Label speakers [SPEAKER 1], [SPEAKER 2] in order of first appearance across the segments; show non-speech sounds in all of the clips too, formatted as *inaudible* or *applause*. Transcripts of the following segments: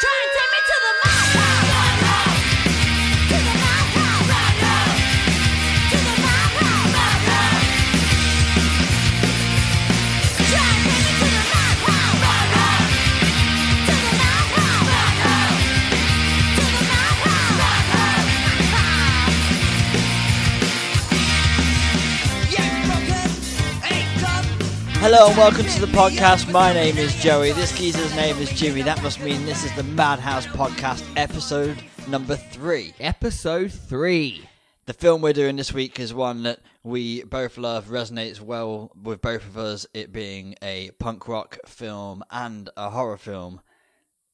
[SPEAKER 1] Trying to take me to the madhouse right now. To the madhouse right now. To the madhouse right now. Trying to take me to the madhouse right now. To the madhouse right now. To the madhouse right now.
[SPEAKER 2] Hello and welcome to the podcast. My name is Joey. This geezer's name is Jimmy. That must mean this is the Madhouse Podcast, episode number three.
[SPEAKER 3] Episode three.
[SPEAKER 2] The film we're doing this week is one that we both love, resonates well with both of us, it being a punk rock film and a horror film.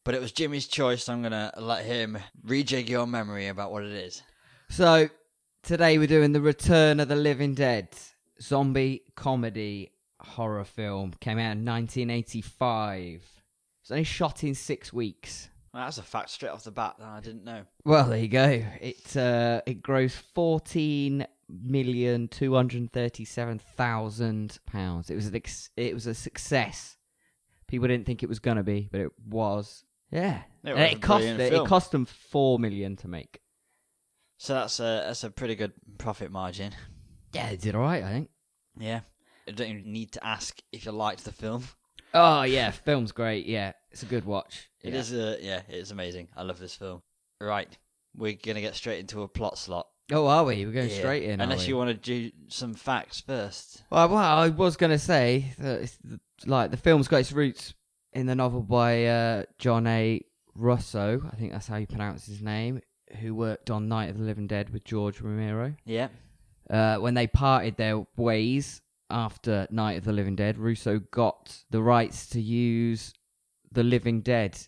[SPEAKER 2] But it was Jimmy's choice, so I'm going to let him rejig your memory about what it is.
[SPEAKER 3] So today we're doing the Return of the Living Dead, zombie comedy horror film. Came out in 1985. It's only shot in six weeks.
[SPEAKER 2] Well, that's a fact straight off the bat that I didn't know.
[SPEAKER 3] Well, there you go. It uh, it grossed fourteen million two hundred thirty-seven thousand pounds. It was an ex- it was a success. People didn't think it was gonna be, but it was. Yeah,
[SPEAKER 2] It
[SPEAKER 3] And
[SPEAKER 2] was a
[SPEAKER 3] cost
[SPEAKER 2] brilliant
[SPEAKER 3] it,
[SPEAKER 2] film.
[SPEAKER 3] it cost them four million to make.
[SPEAKER 2] So that's a, that's a pretty good profit margin.
[SPEAKER 3] Yeah, it did all right, I think.
[SPEAKER 2] Yeah. I don't even need to ask if you liked the film.
[SPEAKER 3] Oh yeah, film's great. Yeah, it's a good watch.
[SPEAKER 2] It is, uh, yeah, it is amazing. I love this film. Right, we're gonna get straight into a plot slot.
[SPEAKER 3] Oh, are we? We're going
[SPEAKER 2] Yeah.
[SPEAKER 3] straight in.
[SPEAKER 2] unless you want to do some facts first.
[SPEAKER 3] Well, well, I was going to say that it's, th- like the film's got its roots in the novel by uh, John A. Russo. I think that's how you pronounce his name. Who worked on Night of the Living Dead with George Romero.
[SPEAKER 2] Yeah,
[SPEAKER 3] Uh, when they parted their ways after Night of the Living Dead, Russo got the rights to use the Living Dead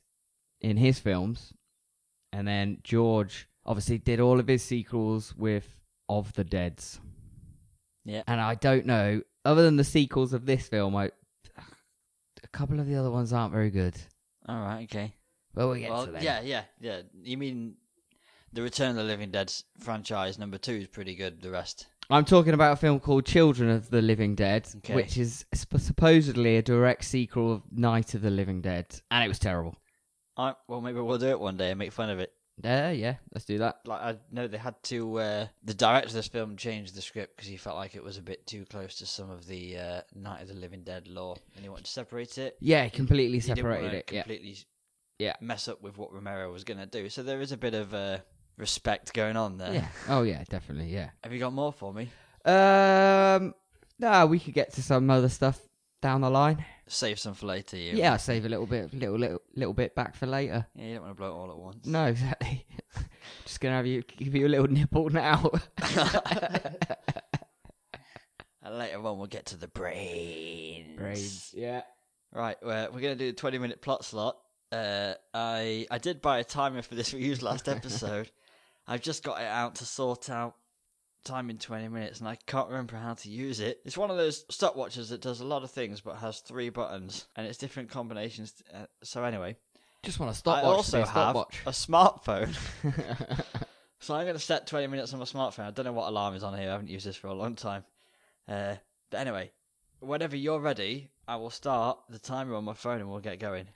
[SPEAKER 3] in his films, and then George obviously did all of his sequels with Of the Dead's.
[SPEAKER 2] Yeah.
[SPEAKER 3] and I don't know. Other than the sequels of this film, I a couple of the other ones aren't very good.
[SPEAKER 2] all right, okay.
[SPEAKER 3] But we'll get
[SPEAKER 2] Well,
[SPEAKER 3] to them.
[SPEAKER 2] yeah, yeah, yeah. You mean the Return of the Living Dead s- franchise number two is pretty good. The rest,
[SPEAKER 3] I'm talking about a film called Children of the Living Dead,
[SPEAKER 2] Okay.
[SPEAKER 3] which is sp- supposedly a direct sequel of Night of the Living Dead, and it was terrible.
[SPEAKER 2] I well maybe we'll do it one day and make fun of it.
[SPEAKER 3] Yeah, yeah, let's do that.
[SPEAKER 2] Like I know they had to. Uh, the director of this film changed the script because he felt like it was a bit too close to some of the uh, Night of the Living Dead lore, and he wanted to separate it.
[SPEAKER 3] Yeah, completely
[SPEAKER 2] He didn't
[SPEAKER 3] separated
[SPEAKER 2] wanna
[SPEAKER 3] it. Yeah,
[SPEAKER 2] Completely s-
[SPEAKER 3] Yeah.
[SPEAKER 2] mess up with what Romero was going to do. So there is a bit of uh, respect going on there.
[SPEAKER 3] yeah. Oh yeah, definitely. Yeah.
[SPEAKER 2] Have you got more for me?
[SPEAKER 3] Um, no, we could get to some other stuff down the line.
[SPEAKER 2] Save some for later. You.
[SPEAKER 3] Yeah, I'll save a little bit, little, little, little bit back for later.
[SPEAKER 2] Yeah, you don't want to blow it all at once.
[SPEAKER 3] No, *laughs* exactly. Just gonna have you give you a little nipple now.
[SPEAKER 2] And later on, we'll get to the brains.
[SPEAKER 3] Brains. *laughs* Yeah.
[SPEAKER 2] Right. Well, we're going to do the twenty-minute plot slot. Uh, I I did buy a timer for this *laughs* we used
[SPEAKER 3] *laughs*
[SPEAKER 2] last episode. I've just got it out to sort out time in twenty minutes, and I can't remember how to use it. It's one of those stopwatches that does a lot of things, but has three buttons, and it's different combinations. Uh, so anyway,
[SPEAKER 3] Just want to
[SPEAKER 2] I
[SPEAKER 3] stopwatch.
[SPEAKER 2] also
[SPEAKER 3] to be a
[SPEAKER 2] have
[SPEAKER 3] stopwatch.
[SPEAKER 2] a smartphone. *laughs*
[SPEAKER 3] *laughs*
[SPEAKER 2] So I'm going to set 20 minutes on my smartphone. I don't know what alarm is on here. I haven't used this for a long time. Uh, but anyway, whenever you're ready, I will start the timer on my phone and we'll get going.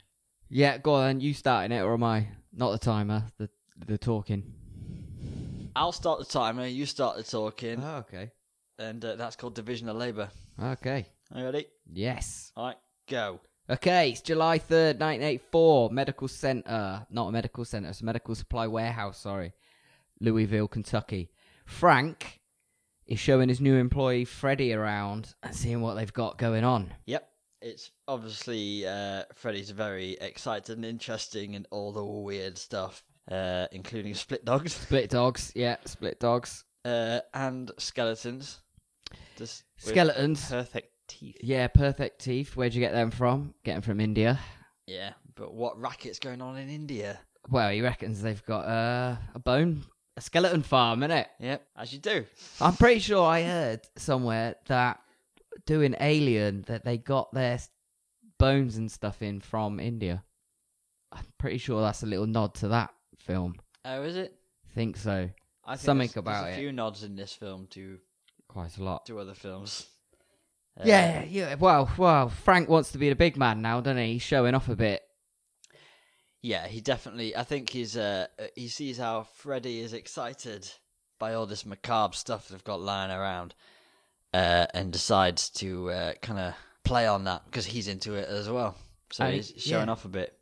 [SPEAKER 3] Yeah, go on. You starting it, or am I? Not the timer. The the talking.
[SPEAKER 2] I'll start the timer. You start the talking,
[SPEAKER 3] Oh, okay.
[SPEAKER 2] and uh, that's called division of labour.
[SPEAKER 3] Okay.
[SPEAKER 2] Are you ready?
[SPEAKER 3] Yes.
[SPEAKER 2] All right, go.
[SPEAKER 3] Okay, it's July 3rd, 1984. Medical center. Not a medical center, it's a medical supply warehouse, sorry. Louisville, Kentucky. Frank is showing his new employee, Freddie, around and seeing what they've got going on.
[SPEAKER 2] Yep. It's obviously uh, Freddy's very excited and interesting and all the weird stuff, uh, including split dogs *laughs*
[SPEAKER 3] Split dogs. Yeah, split dogs.
[SPEAKER 2] uh, and skeletons. Just with
[SPEAKER 3] Skeletons.
[SPEAKER 2] Perfect teeth.
[SPEAKER 3] Yeah, perfect teeth. Where'd you get them from? Get them from India.
[SPEAKER 2] Yeah, but what racket's going on in India?
[SPEAKER 3] Well, he reckons they've got uh, a bone, a skeleton farm, innit?
[SPEAKER 2] Yep, as you do.
[SPEAKER 3] I'm pretty sure I heard somewhere that doing Alien that they got their s- bones and stuff in from India. I'm pretty sure that's a little nod to that film.
[SPEAKER 2] Oh, is it?
[SPEAKER 3] Think so.
[SPEAKER 2] I think
[SPEAKER 3] Something
[SPEAKER 2] there's- there's
[SPEAKER 3] about it.
[SPEAKER 2] A few nods in this film to
[SPEAKER 3] Quite a lot.
[SPEAKER 2] to other films. Uh,
[SPEAKER 3] Yeah, yeah. Well, well, Frank wants to be the big man now, doesn't he? He's showing off a bit.
[SPEAKER 2] yeah. He definitely. I think he's. Uh, uh, he sees how Freddy is excited by all this macabre stuff they've got lying around, uh, and decides to uh, kind of play on that because he's into it as well. So
[SPEAKER 3] And he-
[SPEAKER 2] he's showing
[SPEAKER 3] yeah.
[SPEAKER 2] off a bit.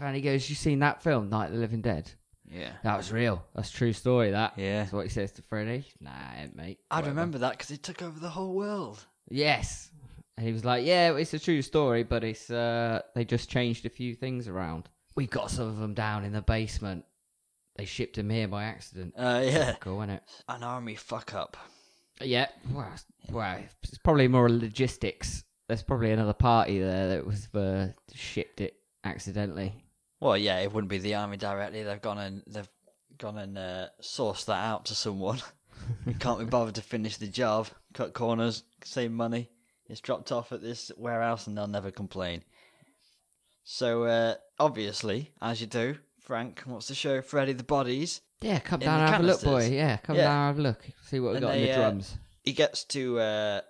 [SPEAKER 3] And he goes, "You seen that film, Night of the Living Dead?
[SPEAKER 2] Yeah.
[SPEAKER 3] That was real. That's a true story. That.
[SPEAKER 2] Yeah.
[SPEAKER 3] That's what he says to Freddy. Nah, it ain't, mate.
[SPEAKER 2] I'd
[SPEAKER 3] Whatever.
[SPEAKER 2] remember that because he took over the whole world.
[SPEAKER 3] Yes. And he was like, "Yeah, it's a true story, but it's uh, they just changed a few things around. We've got some of them down in the basement. They shipped them here by accident.
[SPEAKER 2] Uh, *laughs* yeah.
[SPEAKER 3] Cool, isn't it?
[SPEAKER 2] An army fuck up.
[SPEAKER 3] Yeah. Well, it's- well, it's probably more logistics. There's probably another party there that was uh, shipped it accidentally.
[SPEAKER 2] Well, yeah, it wouldn't be the army directly. They've gone and they've gone and uh, sourced that out to someone. *laughs* You can't be bothered to finish the job. Cut corners, save money. It's dropped off at this warehouse, and they'll never complain. So uh, obviously, as you do, Frank wants to show Freddy the bodies.
[SPEAKER 3] Yeah, come
[SPEAKER 2] In
[SPEAKER 3] down
[SPEAKER 2] the
[SPEAKER 3] and have a look, boy.
[SPEAKER 2] canisters.
[SPEAKER 3] Yeah, come
[SPEAKER 2] Yeah.
[SPEAKER 3] down and have a look. See what we
[SPEAKER 2] And
[SPEAKER 3] got in
[SPEAKER 2] they,
[SPEAKER 3] the
[SPEAKER 2] uh,
[SPEAKER 3] drums.
[SPEAKER 2] He gets to uh,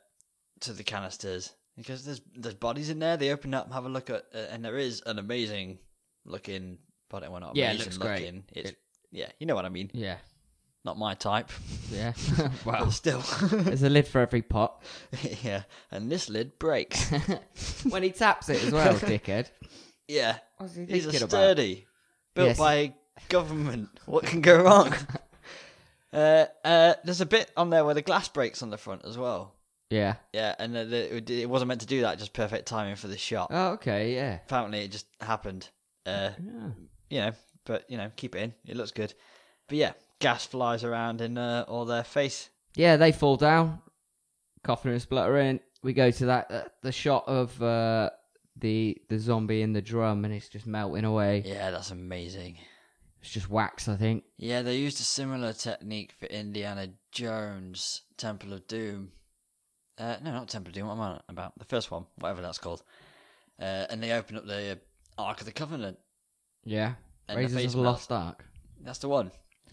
[SPEAKER 2] to the canisters because there's there's bodies in there. They open up, and have a look at, uh, and there is an amazing looking body. Well, not
[SPEAKER 3] Yeah, it
[SPEAKER 2] amazing
[SPEAKER 3] looks great.
[SPEAKER 2] looking. It's yeah, you know what I mean.
[SPEAKER 3] Yeah,
[SPEAKER 2] Not my type.
[SPEAKER 3] yeah.
[SPEAKER 2] But *laughs*
[SPEAKER 3] *laughs* wow. *laughs*
[SPEAKER 2] still.
[SPEAKER 3] There's a lid for every pot. *laughs*
[SPEAKER 2] yeah, and this lid breaks.
[SPEAKER 3] when he taps it as
[SPEAKER 2] *laughs*
[SPEAKER 3] well, dickhead.
[SPEAKER 2] yeah,
[SPEAKER 3] What's he
[SPEAKER 2] he's a
[SPEAKER 3] thinking about?
[SPEAKER 2] sturdy, built
[SPEAKER 3] Yes.
[SPEAKER 2] by government. What can go
[SPEAKER 3] *laughs*
[SPEAKER 2] wrong? uh, uh, there's a bit on there where the glass breaks on the front as well.
[SPEAKER 3] Yeah.
[SPEAKER 2] Yeah, and the, the, it d- it wasn't meant to do that. Just perfect timing for the shot.
[SPEAKER 3] Oh, okay. Yeah.
[SPEAKER 2] Apparently, it just happened. Uh,
[SPEAKER 3] Yeah.
[SPEAKER 2] you know, but you know, keep it in. It looks good. But yeah, gas flies around in uh, all their face.
[SPEAKER 3] Yeah, they fall down, coughing and spluttering. We go to that uh, the shot of uh, the the zombie in the drum, and it's just melting away.
[SPEAKER 2] Yeah, that's amazing.
[SPEAKER 3] It's just wax, I think.
[SPEAKER 2] Yeah, they used a similar technique for Indiana Jones Temple of Doom. Uh, no, not Temple of Doom. What am I on about? The first one, whatever that's called. Uh, and they open up the uh, Ark of the Covenant.
[SPEAKER 3] Yeah.
[SPEAKER 2] And the
[SPEAKER 3] Raisins
[SPEAKER 2] face
[SPEAKER 3] of the Lost Ark.
[SPEAKER 2] That's the one.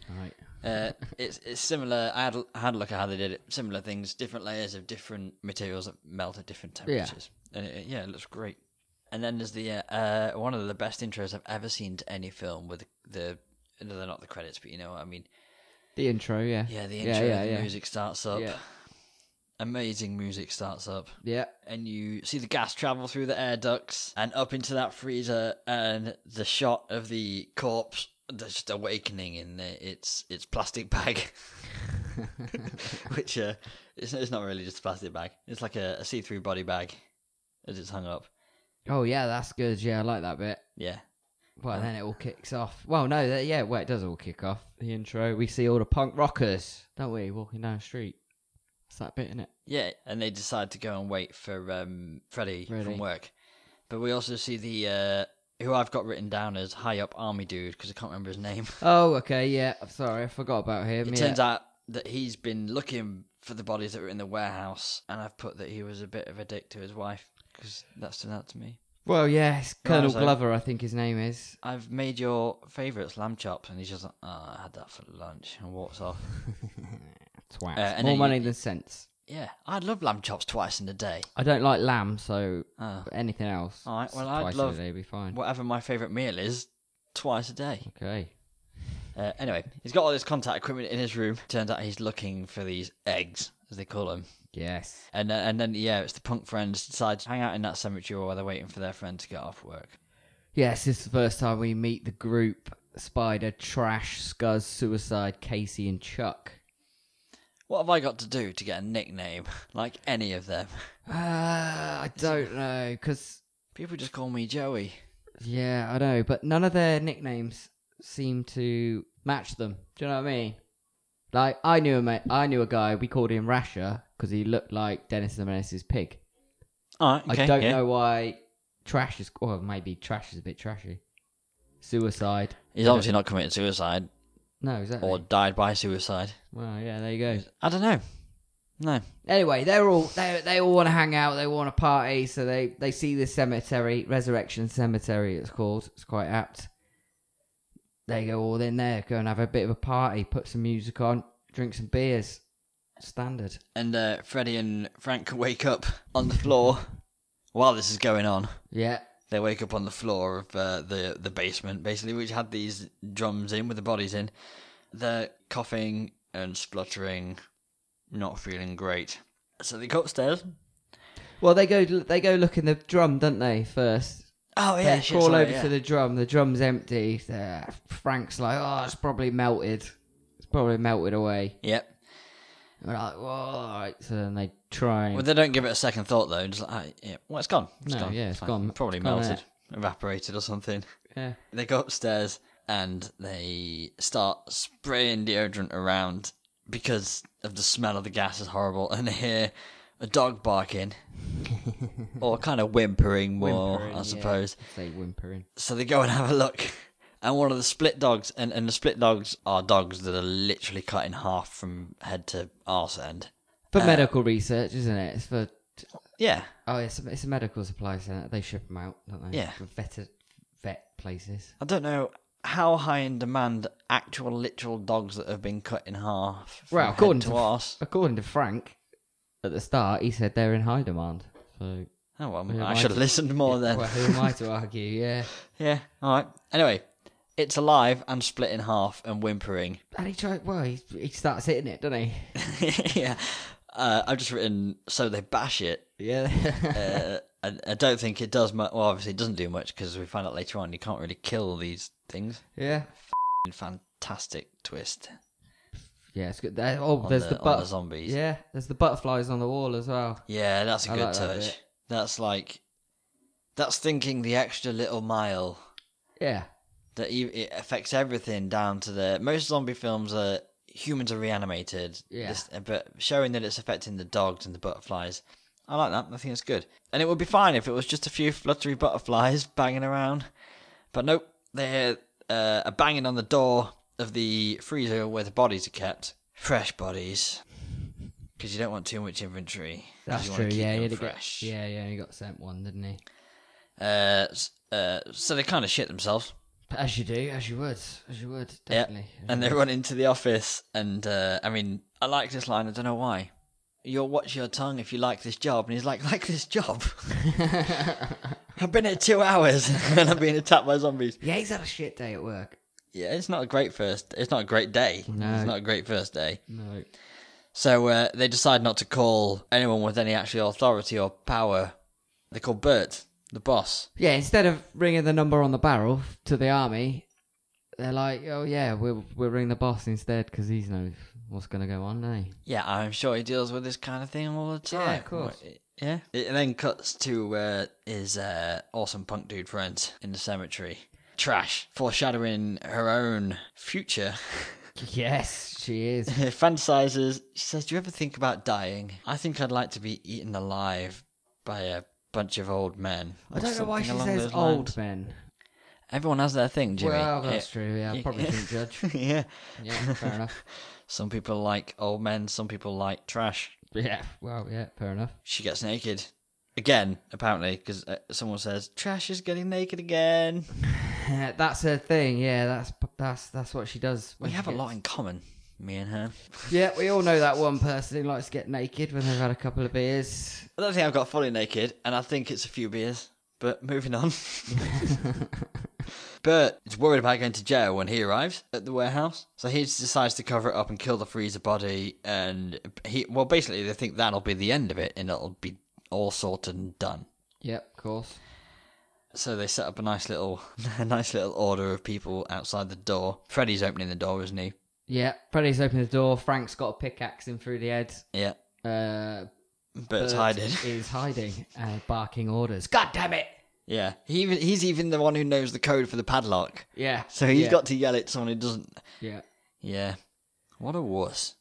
[SPEAKER 3] Right. *laughs*
[SPEAKER 2] Uh, it's it's similar. I had, I had a look at how they did it. Similar things, different layers of different materials that melt at different
[SPEAKER 3] Yeah.
[SPEAKER 2] temperatures. And it, yeah, it looks great. And then there's the uh, uh, one of the best intros I've ever seen to any film with the no, they're not the credits, but you know what I mean.
[SPEAKER 3] The intro, yeah.
[SPEAKER 2] Yeah, the
[SPEAKER 3] Yeah,
[SPEAKER 2] intro,
[SPEAKER 3] yeah,
[SPEAKER 2] the
[SPEAKER 3] yeah.
[SPEAKER 2] music starts up.
[SPEAKER 3] Yeah.
[SPEAKER 2] Amazing music starts up.
[SPEAKER 3] Yeah.
[SPEAKER 2] And you see the gas travel through the air ducts and up into that freezer, and the shot of the corpse that's just awakening in the, its its plastic bag, *laughs* which uh, it's, it's not really just a plastic bag. It's like a, a see through body bag as it's hung up.
[SPEAKER 3] Oh yeah, that's good. Yeah, I like that bit.
[SPEAKER 2] Yeah,
[SPEAKER 3] Well, then it all kicks off. Well, no, that, yeah, well, it does all kick off. The intro, we see all the punk rockers, don't we, walking down the street. It's that bit, in it?
[SPEAKER 2] yeah. And they decide to go and wait for um, Freddy
[SPEAKER 3] Freddy.
[SPEAKER 2] from work. But we also see the uh, who I've got written down as high up army dude because I can't remember his name.
[SPEAKER 3] Oh, okay, yeah. I'm sorry, I forgot about him.
[SPEAKER 2] It
[SPEAKER 3] yeah.
[SPEAKER 2] turns out that he's been looking for the bodies that were in the warehouse, and I've put that he was a bit of a dick to his wife because that stood out to me.
[SPEAKER 3] Well, yeah, it's Colonel
[SPEAKER 2] so-
[SPEAKER 3] Glover, I think his name is.
[SPEAKER 2] I've made your favourites lamb chops, and he's just like, oh, I had that for lunch, and walks off.
[SPEAKER 3] Twat.
[SPEAKER 2] Uh, and
[SPEAKER 3] More
[SPEAKER 2] then
[SPEAKER 3] money
[SPEAKER 2] you-
[SPEAKER 3] than sense.
[SPEAKER 2] yeah, I'd love lamb chops twice in a day.
[SPEAKER 3] I don't like lamb, so
[SPEAKER 2] Oh.
[SPEAKER 3] anything else.
[SPEAKER 2] All right, well, I'd
[SPEAKER 3] twice
[SPEAKER 2] love-
[SPEAKER 3] a day would be fine.
[SPEAKER 2] Whatever my favourite meal is, twice a day.
[SPEAKER 3] Okay.
[SPEAKER 2] Uh, anyway, he's got all this contact equipment in his room. Turns out he's looking for these eggs, as they call them.
[SPEAKER 3] Yes.
[SPEAKER 2] And, uh, and then, yeah, it's the punk friends decide to hang out in that cemetery while they're waiting for their friend to get off work.
[SPEAKER 3] Yes, this is the first time we meet the group Spider, Trash, Scuzz, Suicide, Casey, and Chuck.
[SPEAKER 2] What have I got to do to get a nickname *laughs* like any of them? *laughs*
[SPEAKER 3] Uh, I don't know, because,
[SPEAKER 2] People just call me Joey.
[SPEAKER 3] yeah, I know, but none of their nicknames seem to match them. Do you know what I mean? Like, I knew a, ma- I knew a guy, we called him Rasher, because he looked like Dennis the Menace's pig.
[SPEAKER 2] All right,
[SPEAKER 3] I don't know why Trash is, well, maybe Trash is a bit trashy. Suicide.
[SPEAKER 2] He's obviously not committed suicide
[SPEAKER 3] No, exactly.
[SPEAKER 2] or died by suicide.
[SPEAKER 3] Well, yeah, there you go.
[SPEAKER 2] I don't know. No.
[SPEAKER 3] Anyway, they're all they they all want to hang out. They want to party. So they they see this cemetery, Resurrection Cemetery. It's called. It's quite apt. They go all in there, go and have a bit of a party, put some music on, drink some beers. Standard.
[SPEAKER 2] And uh, Freddie and Frank *laughs* wake up on the floor *laughs* while this is going on.
[SPEAKER 3] Yeah.
[SPEAKER 2] They wake up on the floor of uh, the the basement, basically, which had these drums in with the bodies in. They're coughing and spluttering, not feeling great. So they go upstairs.
[SPEAKER 3] Well, they go they go look in the drum, don't they? First,
[SPEAKER 2] Oh
[SPEAKER 3] they crawl over to the drum. The drum's empty. Uh, Frank's like, "Oh, it's probably melted. It's probably melted away."
[SPEAKER 2] Yep.
[SPEAKER 3] And we're like, "Whoa!" all right." So then they try. And,
[SPEAKER 2] Well, they don't give it a second thought though. Just like, ah, yeah. well, it's gone. It's
[SPEAKER 3] No,
[SPEAKER 2] gone.
[SPEAKER 3] yeah, it's
[SPEAKER 2] fine.
[SPEAKER 3] gone.
[SPEAKER 2] Probably
[SPEAKER 3] It's gone
[SPEAKER 2] melted, evaporated, or something.
[SPEAKER 3] yeah.
[SPEAKER 2] They go upstairs and they start spraying deodorant around because of the smell of the gas is horrible, and they hear a dog
[SPEAKER 3] *laughs*
[SPEAKER 2] barking or kind of whimpering more,
[SPEAKER 3] Whimpering,
[SPEAKER 2] I
[SPEAKER 3] yeah.
[SPEAKER 2] suppose.
[SPEAKER 3] Say whimpering.
[SPEAKER 2] So they go and have a look. And one of the split dogs, and, and the split dogs are dogs that are literally cut in half from head to arse end.
[SPEAKER 3] For
[SPEAKER 2] Uh,
[SPEAKER 3] medical research, isn't it? It's for
[SPEAKER 2] Yeah,
[SPEAKER 3] oh, it's a, it's a medical supply centre. They ship them out, don't they?
[SPEAKER 2] Yeah.
[SPEAKER 3] For vet vet places.
[SPEAKER 2] I don't know how high in demand actual literal dogs that have been cut in half. from
[SPEAKER 3] Well,
[SPEAKER 2] head
[SPEAKER 3] according
[SPEAKER 2] to
[SPEAKER 3] to- *laughs*
[SPEAKER 2] us.
[SPEAKER 3] According to Frank, at the start, he said they're in high demand. So
[SPEAKER 2] Oh well,
[SPEAKER 3] Who am
[SPEAKER 2] I
[SPEAKER 3] I
[SPEAKER 2] should have
[SPEAKER 3] to-
[SPEAKER 2] listened more then. *laughs*
[SPEAKER 3] well, who am I to argue? Yeah.
[SPEAKER 2] yeah. All right. Anyway, it's alive and split in half and whimpering. *laughs*
[SPEAKER 3] And he tried. Well, he he starts hitting it, doesn't he?
[SPEAKER 2] yeah. Uh, I've just written so they bash it.
[SPEAKER 3] Yeah.
[SPEAKER 2] Uh, I, I don't think it does much. Well, obviously it doesn't do much because we find out later on you can't really kill these things.
[SPEAKER 3] *laughs* yeah.
[SPEAKER 2] F***ing Fantastic twist.
[SPEAKER 3] Yeah, it's good. There, oh,
[SPEAKER 2] on
[SPEAKER 3] there's
[SPEAKER 2] the,
[SPEAKER 3] the,
[SPEAKER 2] on the
[SPEAKER 3] but
[SPEAKER 2] zombies.
[SPEAKER 3] yeah, there's the butterflies on the wall as well.
[SPEAKER 2] Yeah, that's a
[SPEAKER 3] I
[SPEAKER 2] good
[SPEAKER 3] like that
[SPEAKER 2] touch.
[SPEAKER 3] bit.
[SPEAKER 2] that's like that's thinking the extra little mile
[SPEAKER 3] Yeah,
[SPEAKER 2] that you, it affects everything down to the most zombie films are humans are reanimated.
[SPEAKER 3] Yeah.
[SPEAKER 2] This- but showing that it's affecting the dogs and the butterflies. I like that. I think it's good. And it would be fine if it was just a few fluttery butterflies *laughs* banging around. But nope, they're uh, are banging on the door of the freezer where the bodies are kept. Fresh bodies. Because you don't want too much inventory. 'Cause
[SPEAKER 3] that's
[SPEAKER 2] you wanna
[SPEAKER 3] true.
[SPEAKER 2] keep
[SPEAKER 3] Yeah,
[SPEAKER 2] them
[SPEAKER 3] he had
[SPEAKER 2] fresh.
[SPEAKER 3] Got, yeah, yeah, he got sent one, didn't he?
[SPEAKER 2] Uh, s- uh, so they kind of shit themselves.
[SPEAKER 3] But as you do, as you would, as you would,
[SPEAKER 2] Yeah,
[SPEAKER 3] definitely. as
[SPEAKER 2] And
[SPEAKER 3] you
[SPEAKER 2] they
[SPEAKER 3] would.
[SPEAKER 2] run into the office, and uh, I mean, I like this line. I don't know why. You'll watch your tongue if you like this job. And he's like, like this
[SPEAKER 3] *laughs*
[SPEAKER 2] job. I've been here two hours, *laughs* and I'm being attacked by zombies.
[SPEAKER 3] yeah, he's had a shit day at work.
[SPEAKER 2] Yeah, it's not a great first. It's not a great day.
[SPEAKER 3] No.
[SPEAKER 2] It's not a great first day.
[SPEAKER 3] No.
[SPEAKER 2] So uh, they decide not to call anyone with any actual authority or power. They call Bert, the boss.
[SPEAKER 3] Yeah, instead of ringing the number on the barrel to the army, they're like, oh yeah, we'll we'll ring the boss instead because he's knows what's gonna go on, eh?
[SPEAKER 2] Yeah, I'm sure he deals with this kind of thing all the time.
[SPEAKER 3] Yeah, of course.
[SPEAKER 2] Yeah. It then cuts to uh, his uh, awesome punk dude friend in the cemetery. Trash, foreshadowing her own future. *laughs*
[SPEAKER 3] Yes, she is.
[SPEAKER 2] Fantasizes. She says, Do you ever think about dying? I think I'd like to be eaten alive by a bunch of old men.
[SPEAKER 3] I don't know why she
[SPEAKER 2] Something along
[SPEAKER 3] says
[SPEAKER 2] those lines.
[SPEAKER 3] old men.
[SPEAKER 2] Everyone has their thing, Jimmy.
[SPEAKER 3] Well,
[SPEAKER 2] Yeah.
[SPEAKER 3] that's true. Yeah, I probably *laughs* shouldn't
[SPEAKER 2] *laughs*
[SPEAKER 3] judge.
[SPEAKER 2] yeah.
[SPEAKER 3] Yeah, fair enough.
[SPEAKER 2] Some people like old men, some people like trash.
[SPEAKER 3] Yeah, well, yeah, fair enough.
[SPEAKER 2] she gets naked again, apparently, because uh, someone says Trash is getting naked again.
[SPEAKER 3] Yeah, *laughs* that's her thing. Yeah, that's that's that's what she does.
[SPEAKER 2] We
[SPEAKER 3] when she
[SPEAKER 2] have a
[SPEAKER 3] gets-
[SPEAKER 2] lot in common, me and her.
[SPEAKER 3] Yeah, we all know that one person who likes to get naked when they've had a couple of beers.
[SPEAKER 2] I don't think I've got fully naked, and I think it's a few beers. But moving on. Bert is worried about going to jail when he arrives at the warehouse, so he decides to cover it up and kill the freezer body. And he, well, basically, they think that'll be the end of it, and it'll be all sorted and done.
[SPEAKER 3] Yep, of course.
[SPEAKER 2] So they set up a nice little, *laughs* a nice little order of people outside the door. Freddy's opening the door, isn't he?
[SPEAKER 3] Yeah, Freddy's opened the door. Frank's got a pickaxe in through the head.
[SPEAKER 2] Yeah,
[SPEAKER 3] Uh,
[SPEAKER 2] but it's
[SPEAKER 3] Bert
[SPEAKER 2] hiding.
[SPEAKER 3] *laughs* Is hiding, uh, barking orders. God damn it!
[SPEAKER 2] *laughs* Yeah, he even, he's even the one who knows the code for the padlock.
[SPEAKER 3] Yeah.
[SPEAKER 2] So he's
[SPEAKER 3] yeah,
[SPEAKER 2] got to yell at someone who doesn't.
[SPEAKER 3] Yeah.
[SPEAKER 2] Yeah, what a wuss.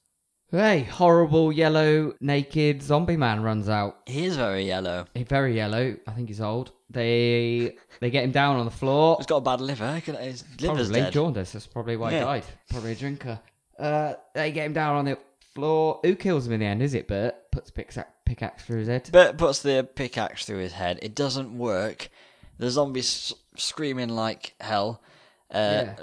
[SPEAKER 3] Hey, horrible yellow naked zombie man runs out.
[SPEAKER 2] He is very yellow.
[SPEAKER 3] He's very yellow. I think he's old. They they get him down on the floor.
[SPEAKER 2] He's got a bad liver. Look at His liver's
[SPEAKER 3] Probably
[SPEAKER 2] dead.
[SPEAKER 3] jaundice. That's probably why
[SPEAKER 2] Yeah.
[SPEAKER 3] he died. Probably a drinker. Uh, they get him down on the floor. Who kills him in the end? Is it Bert? Puts pickaxe pickaxe through his head.
[SPEAKER 2] Bert puts the pickaxe through his head. It doesn't work. The zombie's s- screaming like hell. Uh,
[SPEAKER 3] Yeah.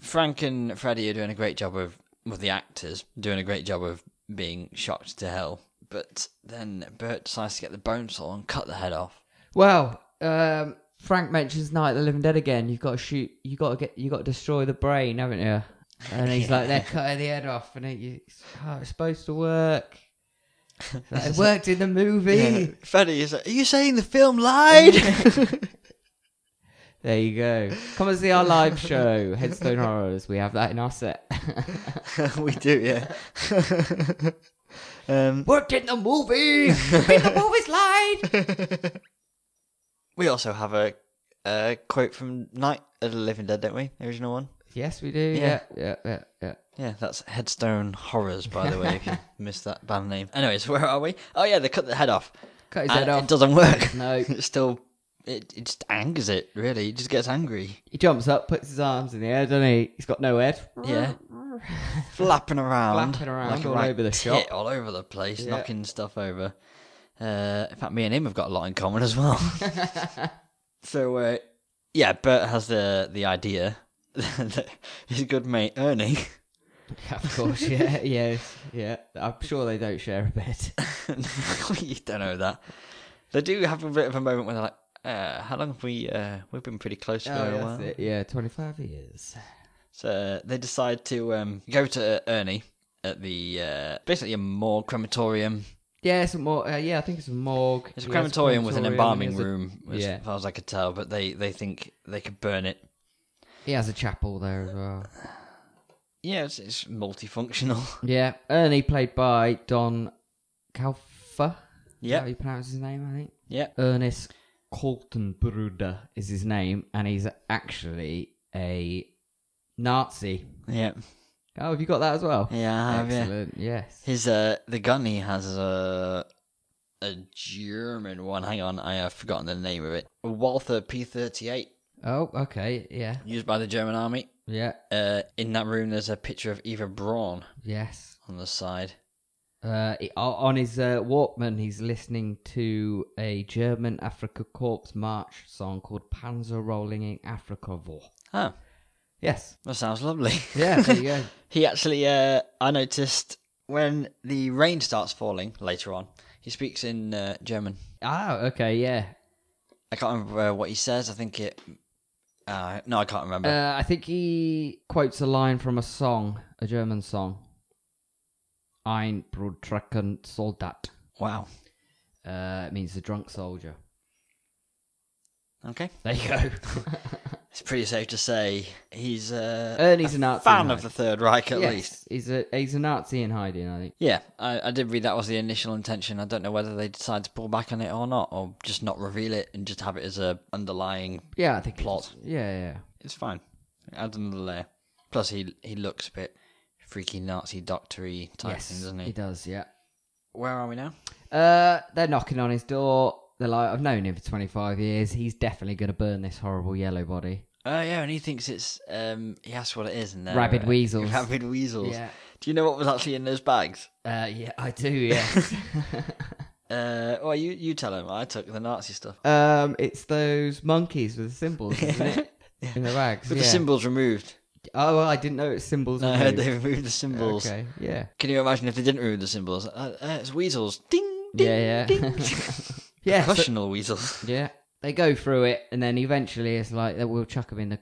[SPEAKER 2] Frank and Freddie are doing a great job of, with the actors, doing a great job of being shocked to hell. But then Bert decides to get the bone saw and cut the head off.
[SPEAKER 3] Well, um, Frank mentions Night of the Living Dead again. You've got to shoot. You got to get. You got to destroy the brain, haven't you? And he's like, *laughs* they're cutting the head off, and it, you, it's, oh, it's supposed to work. *laughs* Like, it worked in the movie.
[SPEAKER 2] Freddie is like, Are you saying the film lied?
[SPEAKER 3] There you go. Come and see our live show, Headstone Horrors. We have that in our set.
[SPEAKER 2] *laughs* we do, yeah. *laughs* um,
[SPEAKER 3] *laughs* worked in the movie. in the movie's live.
[SPEAKER 2] *laughs* we also have a, a quote from Night of the Living Dead, don't we? The original one.
[SPEAKER 3] Yes, we do. Yeah, yeah, yeah, yeah.
[SPEAKER 2] Yeah, that's Headstone Horrors, by the way, if you *laughs* missed that band name. Anyways, where are we? Oh, yeah, they cut the head off.
[SPEAKER 3] Cut his
[SPEAKER 2] And
[SPEAKER 3] head
[SPEAKER 2] It
[SPEAKER 3] off.
[SPEAKER 2] doesn't work. *laughs*
[SPEAKER 3] No.
[SPEAKER 2] It still, it, it just angers it, really. It just gets angry.
[SPEAKER 3] He jumps up, puts his arms in the air, doesn't he? He's got no head. *laughs*
[SPEAKER 2] Yeah. Flapping around.
[SPEAKER 3] Flapping around
[SPEAKER 2] a
[SPEAKER 3] all
[SPEAKER 2] right
[SPEAKER 3] over the
[SPEAKER 2] tit,
[SPEAKER 3] shop.
[SPEAKER 2] All over the place, knocking stuff over. Uh, in fact, me and him have got a lot in common as
[SPEAKER 3] *laughs*
[SPEAKER 2] well. so, uh, yeah, Bert has the, the idea *laughs* that his good mate Ernie. *laughs*
[SPEAKER 3] Yeah, *laughs* of course, yeah, yes, yeah. I'm sure they don't share
[SPEAKER 2] *laughs*
[SPEAKER 3] a bed.
[SPEAKER 2] Oh, you don't know that. They do have a bit of a moment when they're like, uh, how long have we, uh, we've been pretty close for a while.
[SPEAKER 3] Oh, Yeah, 25 years.
[SPEAKER 2] So uh, they decide to um, go to Ernie at the, uh, basically a morgue crematorium.
[SPEAKER 3] Yeah, some more. Uh, yeah, I think it's a morgue.
[SPEAKER 2] It's a
[SPEAKER 3] Yeah,
[SPEAKER 2] crematorium with an
[SPEAKER 3] crematorium, and
[SPEAKER 2] embalming
[SPEAKER 3] there's a-
[SPEAKER 2] room, as
[SPEAKER 3] yeah.
[SPEAKER 2] far as I could tell, but they, they think they could burn it.
[SPEAKER 3] He has a chapel there as well.
[SPEAKER 2] Yeah, it's, it's multifunctional. *laughs*
[SPEAKER 3] Yeah, Ernie played by Don Calfer.
[SPEAKER 2] Yep.
[SPEAKER 3] how you pronounce his name? I think
[SPEAKER 2] Yep.
[SPEAKER 3] Ernest Kaltenbrüder is his name, and he's actually a Nazi.
[SPEAKER 2] Yeah.
[SPEAKER 3] Oh, have you got that as well?
[SPEAKER 2] Yeah, I have, yeah.
[SPEAKER 3] Excellent. Yes.
[SPEAKER 2] His uh, the gun he has is a a German one. Hang on, I have forgotten the name of it. A Walther P thirty eight
[SPEAKER 3] Oh, okay. Yeah.
[SPEAKER 2] used by the German army.
[SPEAKER 3] Yeah.
[SPEAKER 2] Uh, in that room, there's a picture of Eva Braun
[SPEAKER 3] Yes.
[SPEAKER 2] on the side.
[SPEAKER 3] Uh, he- o- on his uh, Walkman, he's listening to a German Africa Corps March song called Panzer Rolling in Africa War.
[SPEAKER 2] Oh,
[SPEAKER 3] Yes.
[SPEAKER 2] that sounds lovely. *laughs*
[SPEAKER 3] Yeah, there you go.
[SPEAKER 2] he actually, uh, I noticed when the rain starts falling later on, he speaks in uh, German.
[SPEAKER 3] oh, okay, yeah.
[SPEAKER 2] I can't remember uh, what he says. I think it. Uh, no, I can't remember.
[SPEAKER 3] Uh, I think he quotes a line from a song, a German song. Ein Brudtrecken Soldat.
[SPEAKER 2] wow.
[SPEAKER 3] Uh, it means the drunk soldier.
[SPEAKER 2] Okay.
[SPEAKER 3] There you
[SPEAKER 2] *laughs*
[SPEAKER 3] go.
[SPEAKER 2] It's pretty safe to say he's uh,
[SPEAKER 3] Ernie's
[SPEAKER 2] a
[SPEAKER 3] an Nazi
[SPEAKER 2] fan
[SPEAKER 3] now.
[SPEAKER 2] of the Third Reich, at
[SPEAKER 3] yes,
[SPEAKER 2] least.
[SPEAKER 3] he's a he's a Nazi in hiding. I think.
[SPEAKER 2] Yeah, I, I did read that was the initial intention. I don't know whether they decide to pull back on it or not, or just not reveal it and just have it as a underlying.
[SPEAKER 3] Yeah, I think it's-
[SPEAKER 2] Plot.
[SPEAKER 3] Yeah, yeah.
[SPEAKER 2] It's fine. Add another layer. Plus, he he looks a bit freaky Nazi doctory type thing,
[SPEAKER 3] yes,
[SPEAKER 2] doesn't he?
[SPEAKER 3] he does. Yeah.
[SPEAKER 2] Where are we now?
[SPEAKER 3] Uh, they're knocking on his door. They're like, I've known him for 25 years. He's definitely going to burn this horrible yellow body.
[SPEAKER 2] Oh yeah, and he thinks it's um he asks what it is, and they're,
[SPEAKER 3] Rabid
[SPEAKER 2] uh,
[SPEAKER 3] weasels.
[SPEAKER 2] Rabid weasels.
[SPEAKER 3] Yeah.
[SPEAKER 2] Do you know what was actually in those bags?
[SPEAKER 3] Uh, yeah, I do, yes.
[SPEAKER 2] Uh, well, you you tell him. I took the Nazi stuff.
[SPEAKER 3] *laughs* um, it's those monkeys with the symbols,
[SPEAKER 2] *laughs*
[SPEAKER 3] isn't it? In the bags.
[SPEAKER 2] With
[SPEAKER 3] yeah.
[SPEAKER 2] the symbols removed.
[SPEAKER 3] Oh, well, I didn't know it was symbols.
[SPEAKER 2] No, I
[SPEAKER 3] were
[SPEAKER 2] heard
[SPEAKER 3] moved.
[SPEAKER 2] *laughs* they removed the symbols.
[SPEAKER 3] Okay, yeah.
[SPEAKER 2] Can you imagine if they didn't remove the symbols? Uh, uh, it's weasels. Ding, ding,
[SPEAKER 3] Yeah, yeah.
[SPEAKER 2] ding.
[SPEAKER 3] *laughs*
[SPEAKER 2] *laughs*
[SPEAKER 3] Yeah, so-
[SPEAKER 2] Percussional weasels.
[SPEAKER 3] yeah. They go through it, and then eventually it's like, we'll chuck him in the,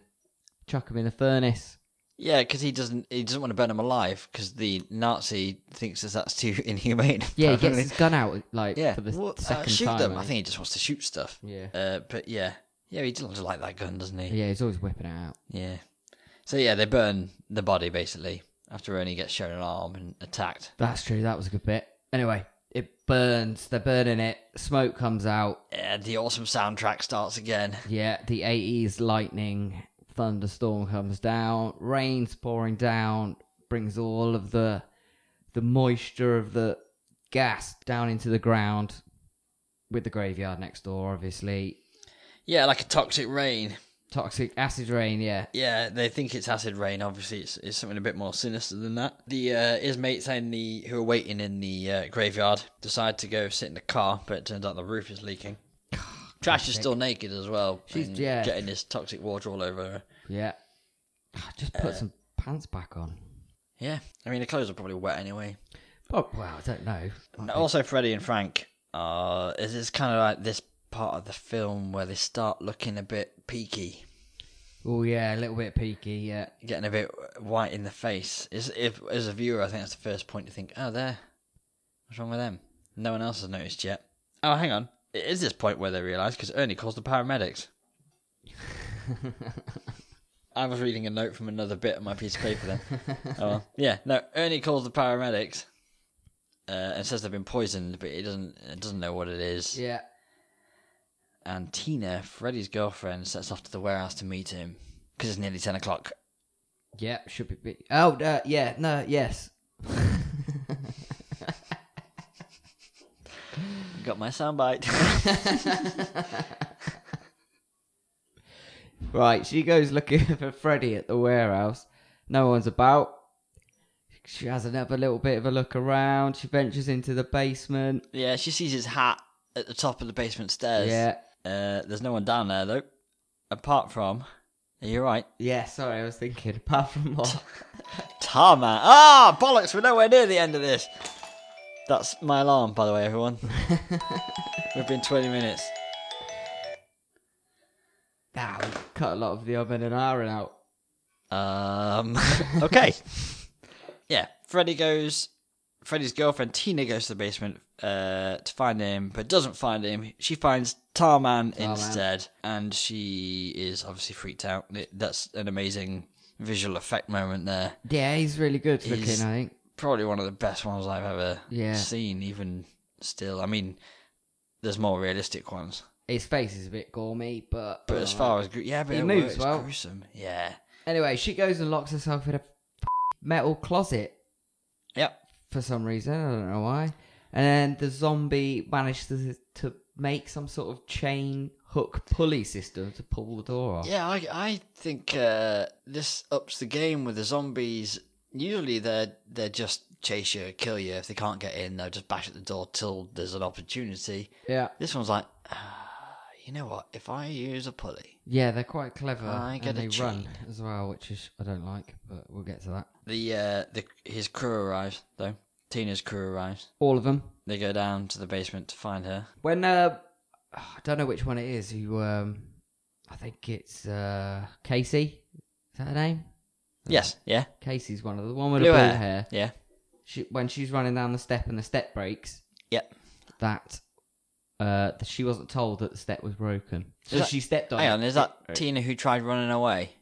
[SPEAKER 3] chuck him in the furnace.
[SPEAKER 2] Yeah, because he doesn't he doesn't want to burn them alive because the Nazi thinks that that's too *laughs* inhumane.
[SPEAKER 3] Yeah, he gets
[SPEAKER 2] apparently.
[SPEAKER 3] his *laughs* gun out, like,
[SPEAKER 2] yeah.
[SPEAKER 3] for the
[SPEAKER 2] Well, uh,
[SPEAKER 3] second
[SPEAKER 2] shoot
[SPEAKER 3] time.
[SPEAKER 2] them.
[SPEAKER 3] I
[SPEAKER 2] I think he just wants to shoot stuff.
[SPEAKER 3] Yeah.
[SPEAKER 2] Uh, but yeah, yeah, he doesn't like that gun, doesn't he?
[SPEAKER 3] Yeah, he's always whipping it out.
[SPEAKER 2] Yeah. So yeah, they burn the body basically after Ernie gets shown an arm and attacked.
[SPEAKER 3] That's true. That was a good bit. Anyway, it burns. They're burning it. Smoke comes out.
[SPEAKER 2] Uh, the awesome soundtrack starts again.
[SPEAKER 3] Yeah, the 80s lightning thunderstorm comes down. Rain's pouring down. Brings all of the the moisture of the gas down into the ground with the graveyard next door, obviously.
[SPEAKER 2] Yeah, like a toxic rain.
[SPEAKER 3] Toxic acid rain, yeah.
[SPEAKER 2] Yeah, they think it's acid rain. Obviously, it's, it's something a bit more sinister than that. The uh, his mates and the who are waiting in the uh, graveyard decide to go sit in the car, but it turns out the roof is
[SPEAKER 3] *sighs*
[SPEAKER 2] leaking. Trash is still naked as well.
[SPEAKER 3] She's-
[SPEAKER 2] and
[SPEAKER 3] yeah.
[SPEAKER 2] getting this toxic water all over her.
[SPEAKER 3] Yeah. Ah, Just put some pants back on.
[SPEAKER 2] Yeah, I mean the clothes are probably wet anyway.
[SPEAKER 3] Oh well, I don't know.
[SPEAKER 2] And also, Freddie and Frank are. It's, it's kind of like this part of the film where they start looking a bit peaky,
[SPEAKER 3] Oh yeah, a little bit peaky. Yeah,
[SPEAKER 2] getting a bit white in the face. Is if as a viewer, I think that's the first point to think, oh, there, what's wrong with them? No one else has noticed yet. Oh, hang on, it is this point where they realise because Ernie calls the *laughs* paramedics. I was reading a note from another bit of my piece of paper then. oh, well. yeah. No, Ernie calls the paramedics uh, and says they've been poisoned, but he doesn't it doesn't know what it is.
[SPEAKER 3] yeah.
[SPEAKER 2] And Tina, Freddy's girlfriend, sets off to the warehouse to meet him because it's nearly ten o'clock.
[SPEAKER 3] Yeah, should be. be- oh, uh, yeah, no, yes.
[SPEAKER 2] Got my soundbite. *laughs*
[SPEAKER 3] Right, she goes looking *laughs* for Freddy at the warehouse. No one's about. She has another little bit of a look around. She ventures into the basement.
[SPEAKER 2] yeah, she sees his hat at the top of the basement stairs.
[SPEAKER 3] Yeah,
[SPEAKER 2] Uh, there's no one down there though, apart from. Are you right?
[SPEAKER 3] yeah. Sorry, I was thinking. *laughs* Apart from what?
[SPEAKER 2] Tarmac. Ah, bollocks! We're nowhere near the end of this. That's my alarm, by the way, everyone. We've been 20 minutes.
[SPEAKER 3] Ah, we cut a lot of the oven and iron out. *laughs*
[SPEAKER 2] Um. okay. yeah, Freddy goes. Freddy's girlfriend Tina goes to the basement uh, to find him, but doesn't find him. She finds Tarman instead, and she is obviously freaked out. It- That's an amazing visual effect moment there.
[SPEAKER 3] Yeah, he's really good looking.
[SPEAKER 2] He's-
[SPEAKER 3] I think.
[SPEAKER 2] Probably one of the best ones I've ever
[SPEAKER 3] Yeah.
[SPEAKER 2] seen. Even still, I mean, there's more realistic ones,
[SPEAKER 3] His face is a bit gourmet, but
[SPEAKER 2] but as far as gr- yeah, but
[SPEAKER 3] He
[SPEAKER 2] it
[SPEAKER 3] moves
[SPEAKER 2] works.
[SPEAKER 3] well.
[SPEAKER 2] gruesome. Yeah,
[SPEAKER 3] anyway, she goes and locks herself in a f- metal closet
[SPEAKER 2] yep.
[SPEAKER 3] for some reason. I don't know why. And then the zombie managed to to make some sort of chain hook pulley system to pull the door off.
[SPEAKER 2] Yeah, I, I think uh, this ups the game with the zombies. Usually they're they're just chase you, kill you. If they can't get in, they'll just bash at the door till there's an opportunity.
[SPEAKER 3] Yeah,
[SPEAKER 2] This one's like, ah, you know what? If I use a pulley,
[SPEAKER 3] yeah, they're quite clever.
[SPEAKER 2] I get
[SPEAKER 3] and
[SPEAKER 2] a
[SPEAKER 3] they run
[SPEAKER 2] chain.
[SPEAKER 3] as well, which is I don't like, but we'll get to that.
[SPEAKER 2] the uh, the his crew arrives though. Tina's crew arrives.
[SPEAKER 3] All of them.
[SPEAKER 2] They go down to the basement to find her.
[SPEAKER 3] When uh, *sighs* I don't know which one it is. Who um, I think it's uh Casey. Is that her name?
[SPEAKER 2] Yes, yeah,
[SPEAKER 3] Casey's one of the one with
[SPEAKER 2] Blue
[SPEAKER 3] the blue
[SPEAKER 2] hair.
[SPEAKER 3] hair.
[SPEAKER 2] yeah,
[SPEAKER 3] She, when she's running down the step and the step breaks,
[SPEAKER 2] yep.
[SPEAKER 3] that uh, that she wasn't told that the step was broken. So
[SPEAKER 2] Is that-
[SPEAKER 3] she stepped on
[SPEAKER 2] Hang
[SPEAKER 3] it.
[SPEAKER 2] on, is that Tina who tried running away?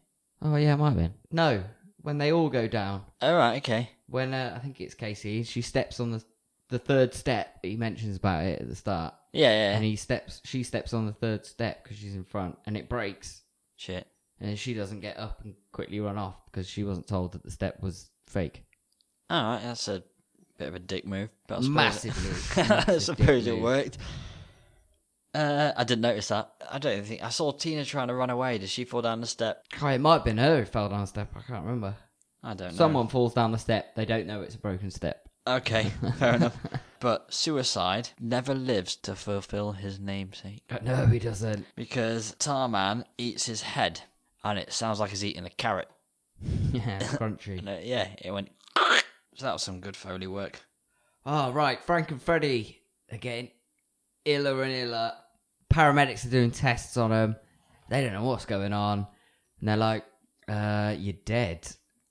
[SPEAKER 3] Oh, yeah, it might have been. No, when they all go down,
[SPEAKER 2] All Oh, right, okay.
[SPEAKER 3] when uh, I think it's Casey, she steps on the the third step. He mentions about it at the start,
[SPEAKER 2] Yeah, yeah.
[SPEAKER 3] and
[SPEAKER 2] yeah.
[SPEAKER 3] he steps. She steps on the third step because she's in front, and it breaks,
[SPEAKER 2] Shit.
[SPEAKER 3] and she doesn't get up and quickly run off because she wasn't told that the step was fake.
[SPEAKER 2] All right, that's a bit of a dick move, but I suppose *laughs*
[SPEAKER 3] Massively,
[SPEAKER 2] I
[SPEAKER 3] massive
[SPEAKER 2] suppose
[SPEAKER 3] dick
[SPEAKER 2] it
[SPEAKER 3] move.
[SPEAKER 2] worked. Uh, I didn't notice that. I don't think I saw Tina trying to run away. Did she fall down the step?
[SPEAKER 3] Oh, it might have been her who fell down the step. I can't remember.
[SPEAKER 2] I don't know.
[SPEAKER 3] Someone falls down the step. They don't know it's a broken step.
[SPEAKER 2] Okay, fair
[SPEAKER 3] *laughs*
[SPEAKER 2] enough. But suicide never lives to fulfill his namesake
[SPEAKER 3] Uh, No, he doesn't.
[SPEAKER 2] because Tarman eats his head, and it sounds like he's eating a carrot.
[SPEAKER 3] *laughs* Yeah, *laughs* it's crunchy.
[SPEAKER 2] And, uh, yeah, it went. *laughs* So that was some good foley work.
[SPEAKER 3] Oh, right. Frank and Freddy again. Iller and iller. Paramedics are doing tests on them. They don't know what's going on. And they're like, uh, you're dead.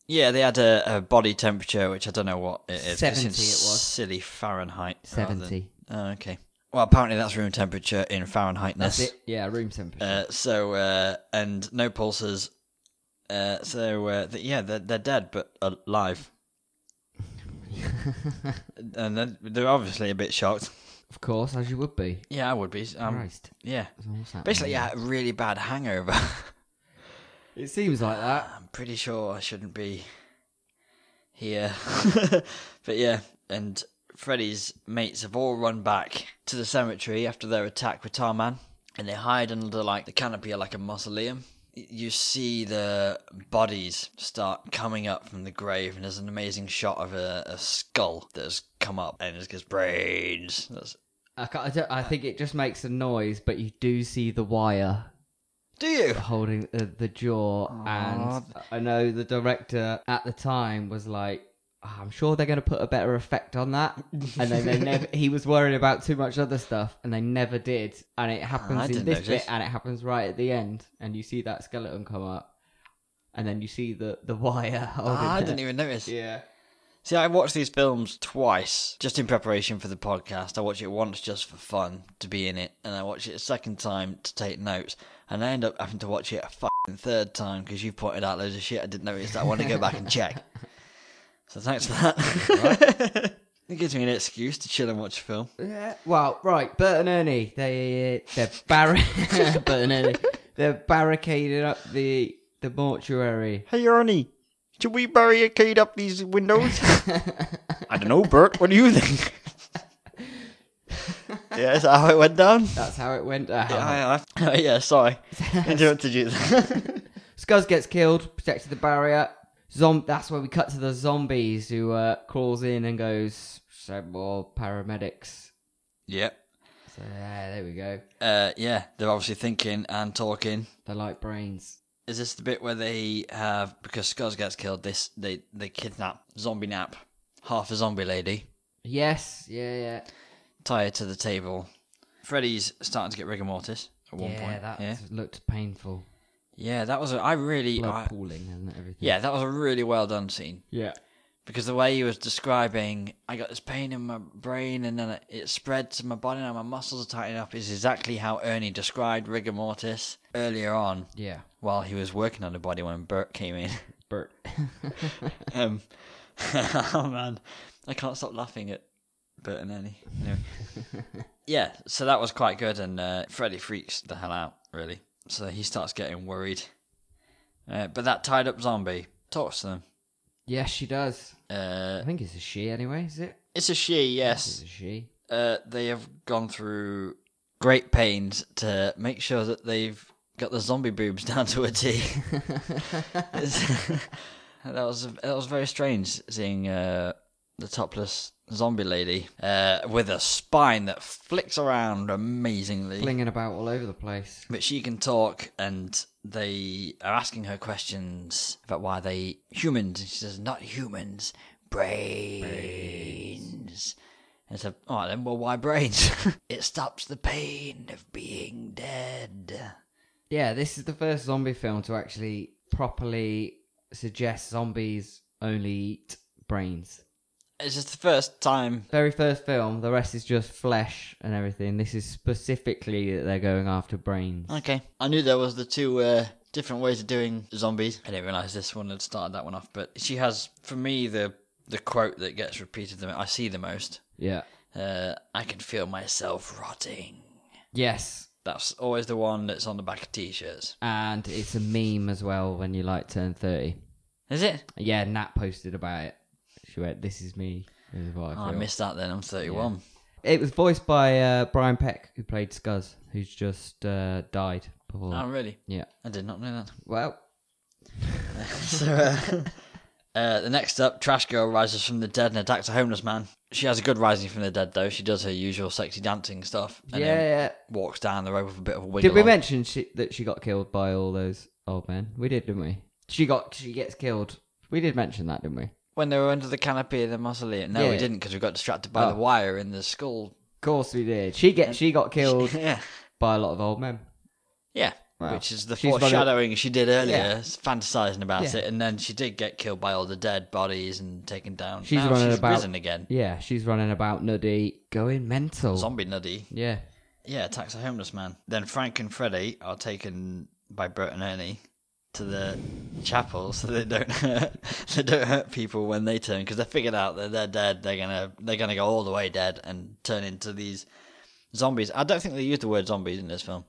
[SPEAKER 2] Yeah, they had a, a body temperature, which I don't know what it is.
[SPEAKER 3] 70
[SPEAKER 2] It's in
[SPEAKER 3] it was.
[SPEAKER 2] Silly Fahrenheit. rather
[SPEAKER 3] 70.
[SPEAKER 2] Than, oh, okay. Well, apparently that's room temperature in Fahrenheitness.
[SPEAKER 3] That's it. Yeah, room temperature.
[SPEAKER 2] Uh, so, uh, and no pulses. Uh, so, uh, th- yeah, they're, they're dead, but *laughs* alive. and then they're obviously a bit shocked.
[SPEAKER 3] of course, as you would be.
[SPEAKER 2] Yeah, I would be. Um,
[SPEAKER 3] Christ.
[SPEAKER 2] Yeah.
[SPEAKER 3] What's happening?
[SPEAKER 2] Basically, yeah, a really bad hangover. *laughs*
[SPEAKER 3] It seems like that.
[SPEAKER 2] I'm pretty sure I shouldn't be here. *laughs* but yeah, and Freddy's mates have all run back to the cemetery after their attack with Tarman, and they hide under like the canopy of like a mausoleum. Y- You see the bodies start coming up from the grave, and there's an amazing shot of a, a skull that has come up and it goes brains. That's,
[SPEAKER 3] I, can't, I, don't, I think it just makes a noise, but you do see the wire
[SPEAKER 2] Do you?
[SPEAKER 3] holding the, the jaw and
[SPEAKER 2] Aw.
[SPEAKER 3] i know the director at the time was like "Ah, i'm sure they're going to put a better effect on that and then they never
[SPEAKER 2] *laughs*
[SPEAKER 3] he was worried about too much other stuff and they never did and it happens
[SPEAKER 2] Ah, I
[SPEAKER 3] in
[SPEAKER 2] didn't
[SPEAKER 3] this bit
[SPEAKER 2] notice.
[SPEAKER 3] and it happens right at the end and you see that skeleton come up and then you see the the wire *laughs* holding
[SPEAKER 2] Ah, I
[SPEAKER 3] it.
[SPEAKER 2] didn't even notice.
[SPEAKER 3] *laughs* yeah
[SPEAKER 2] See, I watched these films twice just in preparation for the podcast. I watch it once just for fun to be in it, and I watch it a second time to take notes. And I end up having to watch it a fucking third time because you pointed out loads of shit I didn't notice that I want to go back and check. *laughs* So thanks for that. *laughs* it gives me an excuse to chill and watch a film.
[SPEAKER 3] Yeah, well, right, Bert and Ernie, they they're barri- *laughs* Bert and Ernie, they're barricading up the the mortuary.
[SPEAKER 2] Hey, Ernie, should we bury a kid up these windows? *laughs* I don't know, Bert. What do you *laughs* think? yeah, is that how it went down?
[SPEAKER 3] That's how it went down.
[SPEAKER 2] Yeah, I, *laughs* I, yeah sorry. Interrupted you. *laughs*
[SPEAKER 3] Scuzz gets killed, protected the barrier. Zom- that's where we cut to the zombies who uh, crawls in and goes send more paramedics.
[SPEAKER 2] yep.
[SPEAKER 3] So yeah, there we go.
[SPEAKER 2] Uh, yeah, they're obviously thinking and talking.
[SPEAKER 3] They're like brains.
[SPEAKER 2] Is this the bit where they have because Scuzz gets killed? This they they kidnap zombie nap, half a zombie lady,
[SPEAKER 3] Yes, yeah, yeah.
[SPEAKER 2] tie her to the table. Freddy's starting to get rigor mortis at one
[SPEAKER 3] yeah,
[SPEAKER 2] point.
[SPEAKER 3] that
[SPEAKER 2] yeah,
[SPEAKER 3] looked painful.
[SPEAKER 2] yeah, that was a, I really
[SPEAKER 3] Blood
[SPEAKER 2] I,
[SPEAKER 3] pooling and everything.
[SPEAKER 2] yeah that was a really well done scene.
[SPEAKER 3] Yeah.
[SPEAKER 2] because the way he was describing, I got this pain in my brain and then it- it spread to my body and my muscles are tightening up, is exactly how Ernie described rigor mortis earlier on
[SPEAKER 3] Yeah.
[SPEAKER 2] while he was working on the body when Bert came in. *laughs*
[SPEAKER 3] Bert.
[SPEAKER 2] um, *laughs* oh man, I can't stop laughing at Bert and Ernie. Anyway. yeah, so that was quite good, and uh, Freddy freaks the hell out, really. So he starts getting worried. Uh, but that tied up zombie talks to them.
[SPEAKER 3] *laughs* yes, she does.
[SPEAKER 2] Uh,
[SPEAKER 3] I think it's a she anyway, is it?
[SPEAKER 2] it's a she, yes.
[SPEAKER 3] It's a she.
[SPEAKER 2] uh, they have gone through great pains to make sure that they've got the zombie boobs *laughs* down to a T. It's- that was that was very strange seeing uh, the topless zombie lady uh, with a spine that flicks around amazingly.
[SPEAKER 3] Flinging about all over the place.
[SPEAKER 2] But she can talk, and they are asking her questions about why they humans. And she says, "Not humans, brains." And so, all right then. Well, why brains? *laughs* it stops the pain of being dead.
[SPEAKER 3] Yeah, this is the first zombie film to actually properly suggest zombies only eat brains.
[SPEAKER 2] It's just the first time.
[SPEAKER 3] Very first film, the rest is just flesh and everything. This is specifically that they're going after brains.
[SPEAKER 2] Okay, I knew there was the two uh, different ways of doing zombies. I didn't realize this one had started that one off. But she has, for me, the the quote that gets repeated the mo- I see the most.
[SPEAKER 3] Yeah.
[SPEAKER 2] Uh, I can feel myself rotting.
[SPEAKER 3] Yes.
[SPEAKER 2] That's always the one that's on the back of t-shirts.
[SPEAKER 3] And it's a meme as well when you like turn 30.
[SPEAKER 2] Is it?
[SPEAKER 3] Yeah, Nat posted about it. She went, This is me. This is what I
[SPEAKER 2] Oh, I
[SPEAKER 3] feel."
[SPEAKER 2] missed that then. I'm 31.
[SPEAKER 3] It was voiced by uh, Brian Peck, who played Scuzz, who's just uh, died before.
[SPEAKER 2] Oh, really?
[SPEAKER 3] Yeah.
[SPEAKER 2] I did not know
[SPEAKER 3] Well,
[SPEAKER 2] that. so, uh, uh, the next up, Trash Girl rises from the dead and attacks a homeless man. She has a good rising from the dead, though. She does her usual sexy dancing stuff. And
[SPEAKER 3] yeah,
[SPEAKER 2] Then
[SPEAKER 3] yeah.
[SPEAKER 2] walks down the road with a bit of a wiggle.
[SPEAKER 3] Did we
[SPEAKER 2] on.
[SPEAKER 3] mention she, that she got killed by all those old men? We did, didn't we? She got, she gets killed. We did mention that, didn't we? Of
[SPEAKER 2] When they were under the canopy of the mausoleum. No,
[SPEAKER 3] Yeah,
[SPEAKER 2] we
[SPEAKER 3] yeah.
[SPEAKER 2] didn't because we got distracted by
[SPEAKER 3] Oh.
[SPEAKER 2] the wire in the
[SPEAKER 3] *laughs*
[SPEAKER 2] school.
[SPEAKER 3] course we did. She get, she got killed
[SPEAKER 2] yeah.
[SPEAKER 3] by a lot of old men.
[SPEAKER 2] Yeah.
[SPEAKER 3] Wow.
[SPEAKER 2] Which is the
[SPEAKER 3] She's vulnerable.
[SPEAKER 2] foreshadowing she did earlier,
[SPEAKER 3] Yeah.
[SPEAKER 2] fantasizing about
[SPEAKER 3] Yeah.
[SPEAKER 2] it, and then she did get killed by all the dead bodies and taken down.
[SPEAKER 3] She's
[SPEAKER 2] now
[SPEAKER 3] running
[SPEAKER 2] she's
[SPEAKER 3] about-
[SPEAKER 2] risen again.
[SPEAKER 3] Yeah, she's running about nuddy, going mental.
[SPEAKER 2] Zombie nuddy.
[SPEAKER 3] Yeah,
[SPEAKER 2] Yeah, attacks a homeless man. Then Frank and Freddy are taken by Bert and Ernie to the chapel so they don't *laughs* hurt, they don't hurt people when they turn because they figured out that they're dead. They're gonna they're gonna go all the way dead and turn into these zombies. I don't think they use the word zombies in this film.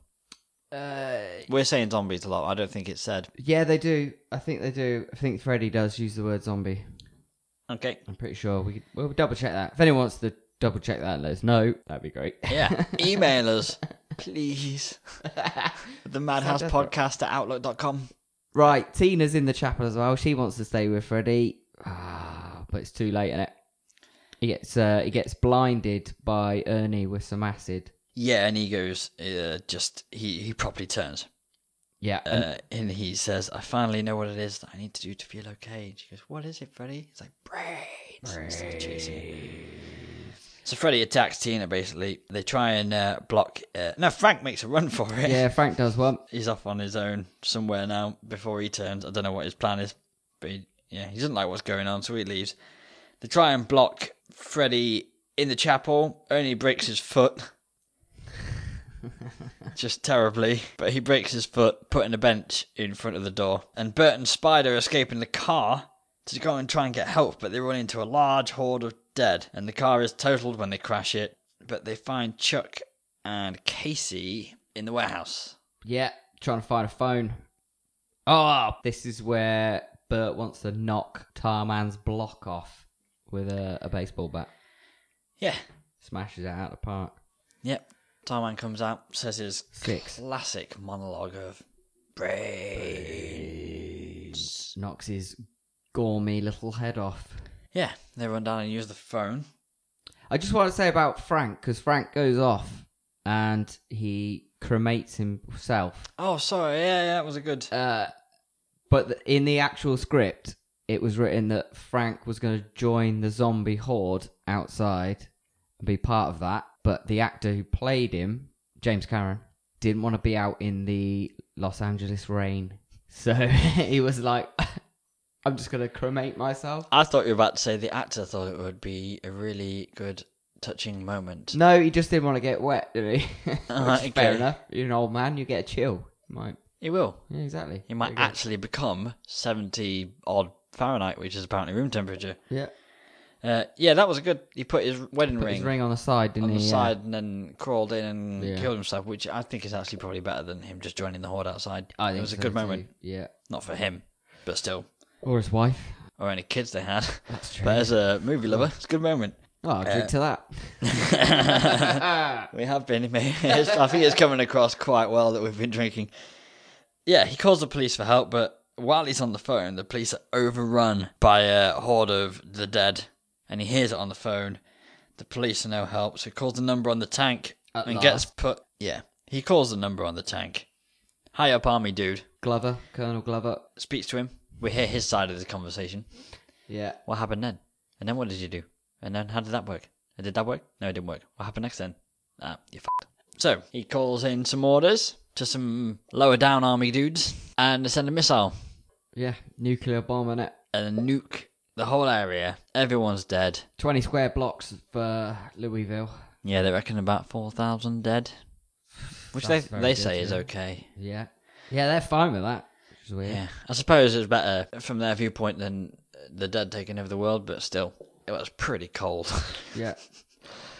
[SPEAKER 3] uh,
[SPEAKER 2] We're saying zombies a lot. I don't think it's said.
[SPEAKER 3] yeah, they do. I think they do. I think Freddy does use the word zombie.
[SPEAKER 2] Okay.
[SPEAKER 3] I'm pretty sure we. We'll double check that. If anyone wants to double check that, and let us know. That'd be great. *laughs*
[SPEAKER 2] *laughs* Yeah, email us, *laughs* please. the Madhouse
[SPEAKER 3] desperate.
[SPEAKER 2] Podcast at Outlook.com.
[SPEAKER 3] Right, Tina's in the chapel as well. She wants to stay with Freddy, ah, but it's too late, innit? He gets uh, he gets blinded by Ernie with some acid.
[SPEAKER 2] Yeah, and he goes, uh, just, he, he properly turns.
[SPEAKER 3] Yeah. and-
[SPEAKER 2] Uh, and he says, I finally know what it is that I need to do to feel okay. And she goes, What is it, Freddy? He's like, Braids. And starts chasing her. So Freddy attacks Tina, basically. They try and uh, block. Uh, no, Frank makes a run for it.
[SPEAKER 3] yeah, Frank does one.
[SPEAKER 2] He's off on his own somewhere now before he turns. I don't know what his plan is, but he, yeah, he doesn't like what's going on, so he leaves. They try and block Freddy in the chapel. Only breaks his foot. Just terribly. But he breaks his foot, putting a bench in front of the door. And Bert and Spider escape in the car to go and try and get help, but they run into a large horde of dead. And the car is totaled when they crash it. But they find Chuck and Casey in the warehouse.
[SPEAKER 3] Yeah, trying to find a phone. Oh, this is where Bert wants to knock Tarman's block off with a, a baseball bat.
[SPEAKER 2] Yeah.
[SPEAKER 3] Smashes it out of the park.
[SPEAKER 2] Yep. Tarman comes out, says his
[SPEAKER 3] Six.
[SPEAKER 2] classic monologue of brains.
[SPEAKER 3] Knocks his gormy little head off.
[SPEAKER 2] Yeah, they run down and use the phone.
[SPEAKER 3] I just want to say about Frank, because Frank goes off and he cremates himself.
[SPEAKER 2] Oh, sorry. Yeah, yeah, that was a good.
[SPEAKER 3] Uh, but th- in the actual script, it was written that Frank was going to join the zombie horde outside and be part of that. But the actor who played him, James Cameron, didn't want to be out in the Los Angeles rain. So *laughs* he was like, *laughs* I'm just going to cremate myself.
[SPEAKER 2] I thought you were about to say the actor thought it would be a really good, touching moment.
[SPEAKER 3] No, he just didn't want to get wet, did he? *laughs* Which is
[SPEAKER 2] Alright, Uh-huh, okay.
[SPEAKER 3] Fair enough. You're an old man, you get a chill. You might.
[SPEAKER 2] He will.
[SPEAKER 3] Yeah, exactly.
[SPEAKER 2] He might
[SPEAKER 3] There you go.
[SPEAKER 2] actually become 70 odd Fahrenheit, which is apparently room temperature.
[SPEAKER 3] Yeah.
[SPEAKER 2] Uh, yeah, that was a good. He put his wedding
[SPEAKER 3] Put
[SPEAKER 2] ring
[SPEAKER 3] his ring on the side, didn't
[SPEAKER 2] on
[SPEAKER 3] he?
[SPEAKER 2] the
[SPEAKER 3] Yeah.
[SPEAKER 2] side and then crawled in and
[SPEAKER 3] Yeah.
[SPEAKER 2] killed himself, which I think is actually probably better than him just joining the horde outside.
[SPEAKER 3] I think
[SPEAKER 2] it was a
[SPEAKER 3] so
[SPEAKER 2] good
[SPEAKER 3] too.
[SPEAKER 2] moment,
[SPEAKER 3] Yeah.
[SPEAKER 2] not for him, but still,
[SPEAKER 3] Or his wife.
[SPEAKER 2] or any kids they had.
[SPEAKER 3] That's
[SPEAKER 2] But as a movie lover, it's a good
[SPEAKER 3] *laughs*
[SPEAKER 2] moment.
[SPEAKER 3] Oh, I'll
[SPEAKER 2] Uh,
[SPEAKER 3] drink to that.
[SPEAKER 2] We have been. mate. *laughs* It's- I think it's coming across quite well that we've been drinking. Yeah, he calls the police for help, but while he's on the phone, the police are overrun by a horde of the dead, and he hears it on the phone. The police are no help, so he calls the number on the tank
[SPEAKER 3] At
[SPEAKER 2] and
[SPEAKER 3] last.
[SPEAKER 2] gets put. Yeah, he calls the number on the tank. High up army dude
[SPEAKER 3] Glover, Colonel Glover.
[SPEAKER 2] speaks to him. We hear his side of the conversation.
[SPEAKER 3] Yeah.
[SPEAKER 2] What happened then? And then what did you do? And then how did that work? And did that work? No, it didn't work. What happened next then? Ah, you fucked. So he calls in some orders to some lower down army dudes and they send a missile
[SPEAKER 3] Yeah. Nuclear bomb in it.
[SPEAKER 2] and nuke the whole area. Everyone's dead.
[SPEAKER 3] 20 square blocks for Louisville.
[SPEAKER 2] Yeah, they reckon about four thousand dead, which
[SPEAKER 3] That's
[SPEAKER 2] they
[SPEAKER 3] very
[SPEAKER 2] they
[SPEAKER 3] good,
[SPEAKER 2] say is
[SPEAKER 3] yeah.
[SPEAKER 2] okay.
[SPEAKER 3] Yeah. Yeah, they're fine with that. Which is weird.
[SPEAKER 2] Yeah, I suppose it's better from their viewpoint than the dead taking over the world, but still, it was pretty cold. *laughs*
[SPEAKER 3] Yeah.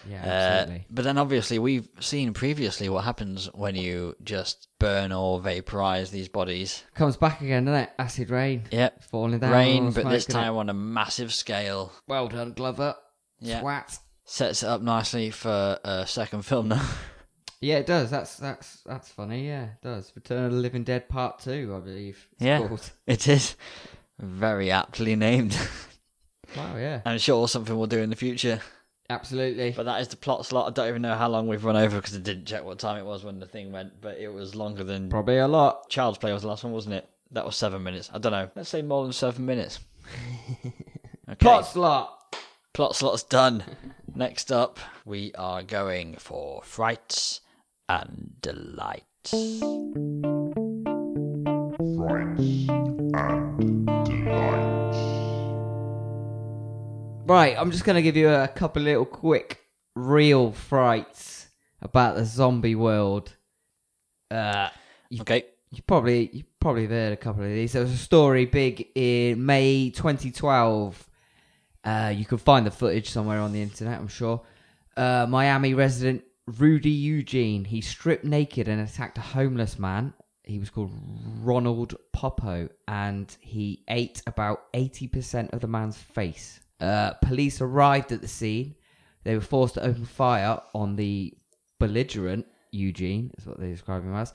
[SPEAKER 3] Yeah,
[SPEAKER 2] Uh,
[SPEAKER 3] absolutely.
[SPEAKER 2] but then obviously we've seen previously what happens when you just burn or vaporize these bodies.
[SPEAKER 3] Comes back again, doesn't it? Acid rain.
[SPEAKER 2] Yep.
[SPEAKER 3] Falling down. all
[SPEAKER 2] Rain,
[SPEAKER 3] the
[SPEAKER 2] but this
[SPEAKER 3] smoke in it.
[SPEAKER 2] time on a massive scale.
[SPEAKER 3] Well done, Glover.
[SPEAKER 2] Yeah.
[SPEAKER 3] Twat.
[SPEAKER 2] Sets it up nicely for a second film now.
[SPEAKER 3] Yeah, it does. That's that's that's funny. Yeah, it does. Return of the Living Dead Part Two, I believe. it's
[SPEAKER 2] Yeah. *laughs*
[SPEAKER 3] called.
[SPEAKER 2] *laughs* it is very aptly named. *laughs*
[SPEAKER 3] Wow. Yeah.
[SPEAKER 2] I'm sure something we'll do in the future.
[SPEAKER 3] Absolutely.
[SPEAKER 2] But that is the plot slot. I don't even know how long we've run over because I didn't check what time it was when the thing went, but it was longer than
[SPEAKER 3] Probably a lot.
[SPEAKER 2] Child's Play was the last one, wasn't it? That was seven minutes. I don't know. Let's say more than seven *laughs* minutes. Okay.
[SPEAKER 3] Plot slot.
[SPEAKER 2] Plot slot's done. Next up, we are going for frights and delights.
[SPEAKER 3] Right. I'm just gonna give you a couple little quick real frights about the zombie world. Uh,
[SPEAKER 2] Okay.
[SPEAKER 3] you probably you probably have heard a couple of these. There was a story big in May 2012. Uh, you can find the footage somewhere on the internet, I'm sure. Uh, Miami resident Rudy Eugene he stripped naked and attacked a homeless man. He was called Ronald Popo, and he ate about 80% of the man's face. Uh, police arrived at the scene. They were forced to open fire on the belligerent Eugene, is what they describe him as.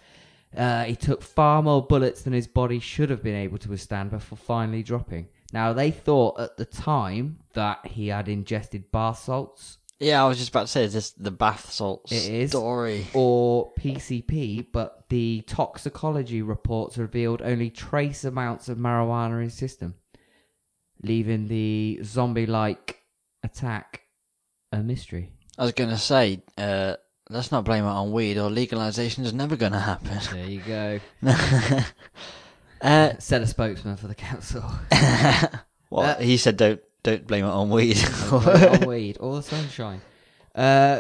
[SPEAKER 3] Uh, he took far more bullets than his body should have been able to withstand before finally dropping. Now, they thought at the time that he had ingested bar salts
[SPEAKER 2] Yeah, I was just about to say, is this the bath salt
[SPEAKER 3] It is.
[SPEAKER 2] story?
[SPEAKER 3] or PCP, but the toxicology reports revealed only trace amounts of marijuana in his system, leaving the zombie like attack a mystery.
[SPEAKER 2] I was going to say, uh, let's not blame it on weed, or legalization is never going to happen. *laughs*
[SPEAKER 3] There you go.
[SPEAKER 2] uh, *laughs*
[SPEAKER 3] Said a spokesman for the council.
[SPEAKER 2] well,
[SPEAKER 3] Uh,
[SPEAKER 2] he said, don't don't blame it on
[SPEAKER 3] *laughs*
[SPEAKER 2] weed. *laughs*
[SPEAKER 3] on weed, all the sunshine. Uh,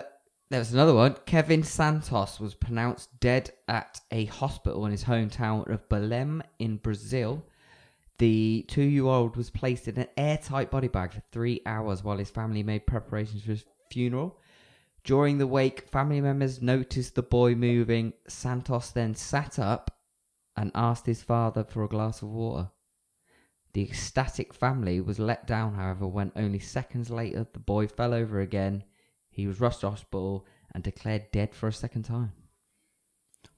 [SPEAKER 3] there was another one. Kevin Santos was pronounced dead at a hospital in his hometown of Belém in Brazil. The two year old was placed in an airtight body bag for three hours while his family made preparations for his funeral. During the wake, family members noticed the boy moving. Santos then sat up and asked his father for a glass of water. The ecstatic family was let down, however, when only seconds later the boy fell over again. He was rushed to hospital and declared dead for a second time.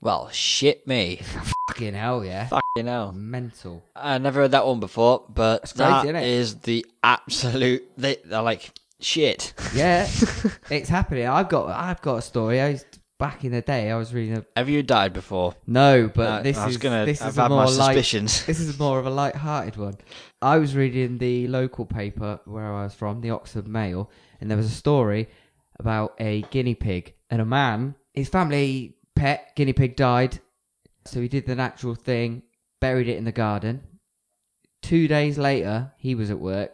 [SPEAKER 2] well, shit me. *laughs*
[SPEAKER 3] Fucking hell, yeah.
[SPEAKER 2] Fucking hell.
[SPEAKER 3] Mental.
[SPEAKER 2] I never heard that one before, but
[SPEAKER 3] crazy,
[SPEAKER 2] that
[SPEAKER 3] innit?
[SPEAKER 2] is the absolute. They, they're like shit.
[SPEAKER 3] Yeah, it's happening. I've got, I've got a story. I used, back in the day, I was reading a
[SPEAKER 2] Have you died before?
[SPEAKER 3] no, but
[SPEAKER 2] No,
[SPEAKER 3] this
[SPEAKER 2] I was
[SPEAKER 3] is
[SPEAKER 2] gonna-
[SPEAKER 3] this
[SPEAKER 2] I've
[SPEAKER 3] is a
[SPEAKER 2] had my
[SPEAKER 3] more light-
[SPEAKER 2] suspicions.
[SPEAKER 3] this is more of a light-hearted one. I was reading the local paper where I was from, the Oxford Mail, and there was a story about a guinea pig and a man. His family pet guinea pig died, so he did the natural thing, buried it in the garden. Two days later, he was at work.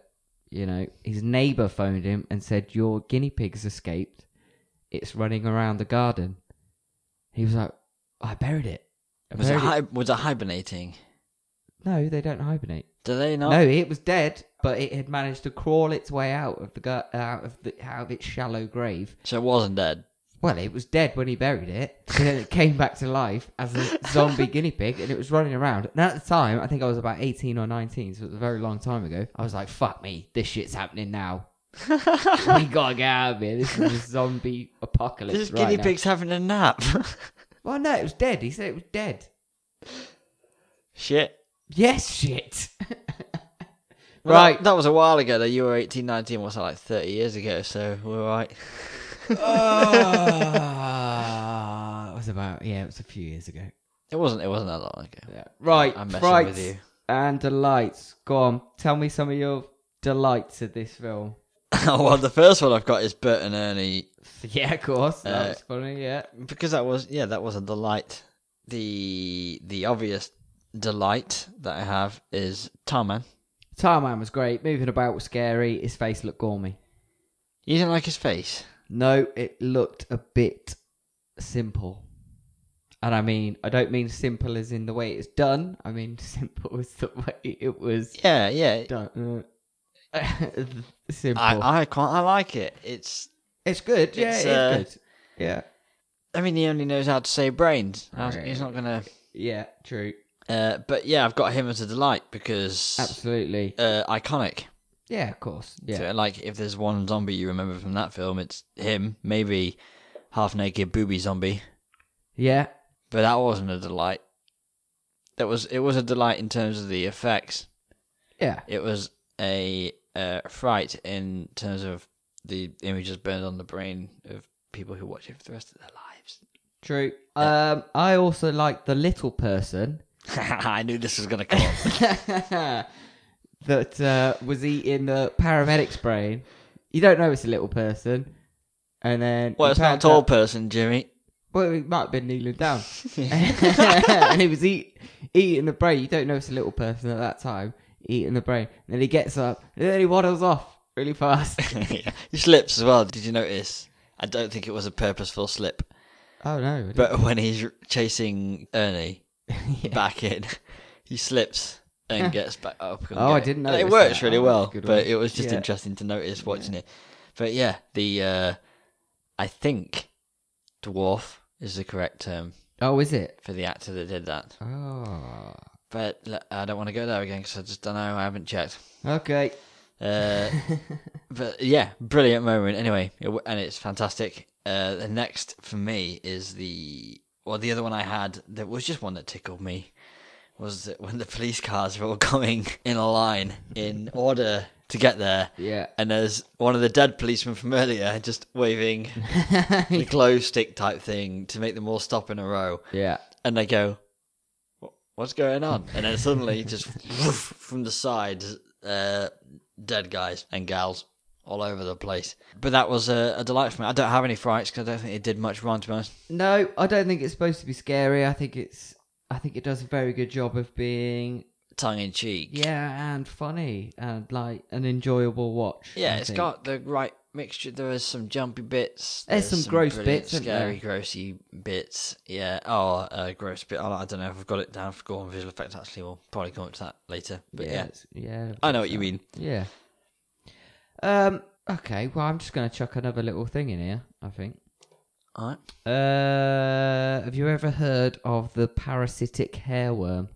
[SPEAKER 3] You know, his neighbour phoned him and said, "Your guinea pig's escaped. It's running around the garden." He was like, "I buried it." I
[SPEAKER 2] *laughs* Was it,
[SPEAKER 3] buried it."
[SPEAKER 2] hi- was it hibernating?
[SPEAKER 3] No, they don't hibernate.
[SPEAKER 2] Do they not?
[SPEAKER 3] No, it was dead, but it had managed to crawl its way out of the gu- out of the out of its shallow grave.
[SPEAKER 2] So it wasn't dead.
[SPEAKER 3] Well, it was dead when he buried it, and then it came back to life as *laughs* a zombie guinea pig, and it was running around. And at the time, I think I was about eighteen or nineteen, so it was a very long time ago. I was like, "Fuck me, this shit's happening *laughs* now. we gotta get out of here. This is a zombie apocalypse."
[SPEAKER 2] This
[SPEAKER 3] right
[SPEAKER 2] guinea
[SPEAKER 3] now."
[SPEAKER 2] pig's having a nap. *laughs*
[SPEAKER 3] Well, no, it was dead. He said it was dead.
[SPEAKER 2] shit.
[SPEAKER 3] Yes, shit.
[SPEAKER 2] Well,
[SPEAKER 3] right.
[SPEAKER 2] That, that was a while ago. Though you were 18, 19. What's that like 30 years ago? So we're right.
[SPEAKER 3] *laughs* Ah, it was about yeah, it was a few years ago.
[SPEAKER 2] It wasn't. It wasn't that long ago.
[SPEAKER 3] Yeah. Right,
[SPEAKER 2] I'm messing
[SPEAKER 3] frights
[SPEAKER 2] with you.
[SPEAKER 3] and delights. Go on, tell me some of your delights of this
[SPEAKER 2] *laughs*
[SPEAKER 3] film.
[SPEAKER 2] well, the first one I've got is Bert and Ernie
[SPEAKER 3] Yeah, of course,
[SPEAKER 2] Uh,
[SPEAKER 3] that was funny. Yeah,
[SPEAKER 2] because that was yeah that was a delight. The the obvious delight that I have is Tarman.
[SPEAKER 3] Tarman was great. Moving about was scary. His face looked gormy.
[SPEAKER 2] You didn't like his face.
[SPEAKER 3] No, it looked a bit simple. And I mean, I don't mean simple as in the way it's done. I mean *laughs* simple as the way it was
[SPEAKER 2] Yeah, yeah.
[SPEAKER 3] done. *laughs* simple.
[SPEAKER 2] I I quite I like it. It's
[SPEAKER 3] It's good. Yeah,
[SPEAKER 2] It's,
[SPEAKER 3] it's,
[SPEAKER 2] uh,
[SPEAKER 3] good. Yeah.
[SPEAKER 2] I mean he only knows how to say brains. How's- He's
[SPEAKER 3] Brains.
[SPEAKER 2] not gonna.
[SPEAKER 3] Yeah, true.
[SPEAKER 2] Uh, but yeah, I've got him as a delight because
[SPEAKER 3] Absolutely.
[SPEAKER 2] uh, iconic.
[SPEAKER 3] Yeah, of course. Yeah.
[SPEAKER 2] So, like if there's one zombie you remember from that film, it's him. Maybe half naked booby zombie.
[SPEAKER 3] Yeah.
[SPEAKER 2] But that wasn't a delight. That was it was a delight in terms of the effects.
[SPEAKER 3] Yeah.
[SPEAKER 2] It was a uh, fright in terms of the images burned on the brain of people who watch it for the rest of their
[SPEAKER 3] True. Um I also like the
[SPEAKER 2] *laughs*
[SPEAKER 3] little person
[SPEAKER 2] lives. I knew this was gonna come up.
[SPEAKER 3] that uh, was eating the paramedic's brain. You don't know it's a little person. And then
[SPEAKER 2] Well,
[SPEAKER 3] you
[SPEAKER 2] it's not a
[SPEAKER 3] found
[SPEAKER 2] tall
[SPEAKER 3] out-
[SPEAKER 2] person, Jimmy. *laughs*
[SPEAKER 3] Well, it might have been kneeling down. *laughs* and he was eat, eating the brain. You don't know it's a little person at that time, eating the brain. And then he gets up, and then he waddles off
[SPEAKER 2] *laughs*
[SPEAKER 3] really fast.
[SPEAKER 2] he slips as well. Did you notice? I don't think it was a purposeful slip.
[SPEAKER 3] oh, no. I didn't-
[SPEAKER 2] But when he's chasing
[SPEAKER 3] *laughs*
[SPEAKER 2] Ernie back in, he slips and gets back up. and
[SPEAKER 3] Oh, I
[SPEAKER 2] get it.
[SPEAKER 3] didn't
[SPEAKER 2] And It
[SPEAKER 3] notice
[SPEAKER 2] works
[SPEAKER 3] that.
[SPEAKER 2] really
[SPEAKER 3] Oh, that's
[SPEAKER 2] well,
[SPEAKER 3] a good
[SPEAKER 2] but
[SPEAKER 3] one.
[SPEAKER 2] it was just
[SPEAKER 3] Yeah.
[SPEAKER 2] interesting to notice watching it. But yeah, the uh, I think dwarf is the correct term
[SPEAKER 3] Oh, is it?
[SPEAKER 2] for the actor that did that.
[SPEAKER 3] Oh.
[SPEAKER 2] But l- I don't want to go there again because I just don't know. I haven't checked.
[SPEAKER 3] Okay.
[SPEAKER 2] Uh, *laughs* but yeah, brilliant moment. Anyway, it, w- and it's fantastic. Uh, the next for me is the well, the other one I had that was just one that tickled *laughs* me was that when the police cars were all coming in a line in order to get there.
[SPEAKER 3] Yeah.
[SPEAKER 2] And there's one of the dead policemen from earlier just waving the glow stick type thing to make them all stop in a row.
[SPEAKER 3] yeah.
[SPEAKER 2] And they go, "Wha- What's going on? And then suddenly, just
[SPEAKER 3] *laughs*
[SPEAKER 2] woof, from the side, uh, dead guys and gals all over the place. But that was a, a delight for me. I don't have any frights because I don't think it did much wrong to be honest.
[SPEAKER 3] No, I don't think it's supposed to be scary. I think it's. I think it does a very good job of being
[SPEAKER 2] Tongue in cheek.
[SPEAKER 3] yeah and funny and like an enjoyable watch.
[SPEAKER 2] Yeah,
[SPEAKER 3] I
[SPEAKER 2] it's
[SPEAKER 3] think.
[SPEAKER 2] got the right mixture. There is some jumpy bits.
[SPEAKER 3] There's some gross
[SPEAKER 2] brilliant,
[SPEAKER 3] bits, isn't
[SPEAKER 2] scary, grossy bits. Yeah. Oh, uh, gross bit. I I don't know if I've got it down for gore and visual effects. Actually, we'll probably come up to that later. But yeah,
[SPEAKER 3] it's- yeah.
[SPEAKER 2] I know what you mean.
[SPEAKER 3] Yeah. Um. Okay. Well, I'm just gonna chuck another little thing in here. I think.
[SPEAKER 2] All right.
[SPEAKER 3] Uh, have you ever heard of the parasitic hairworm?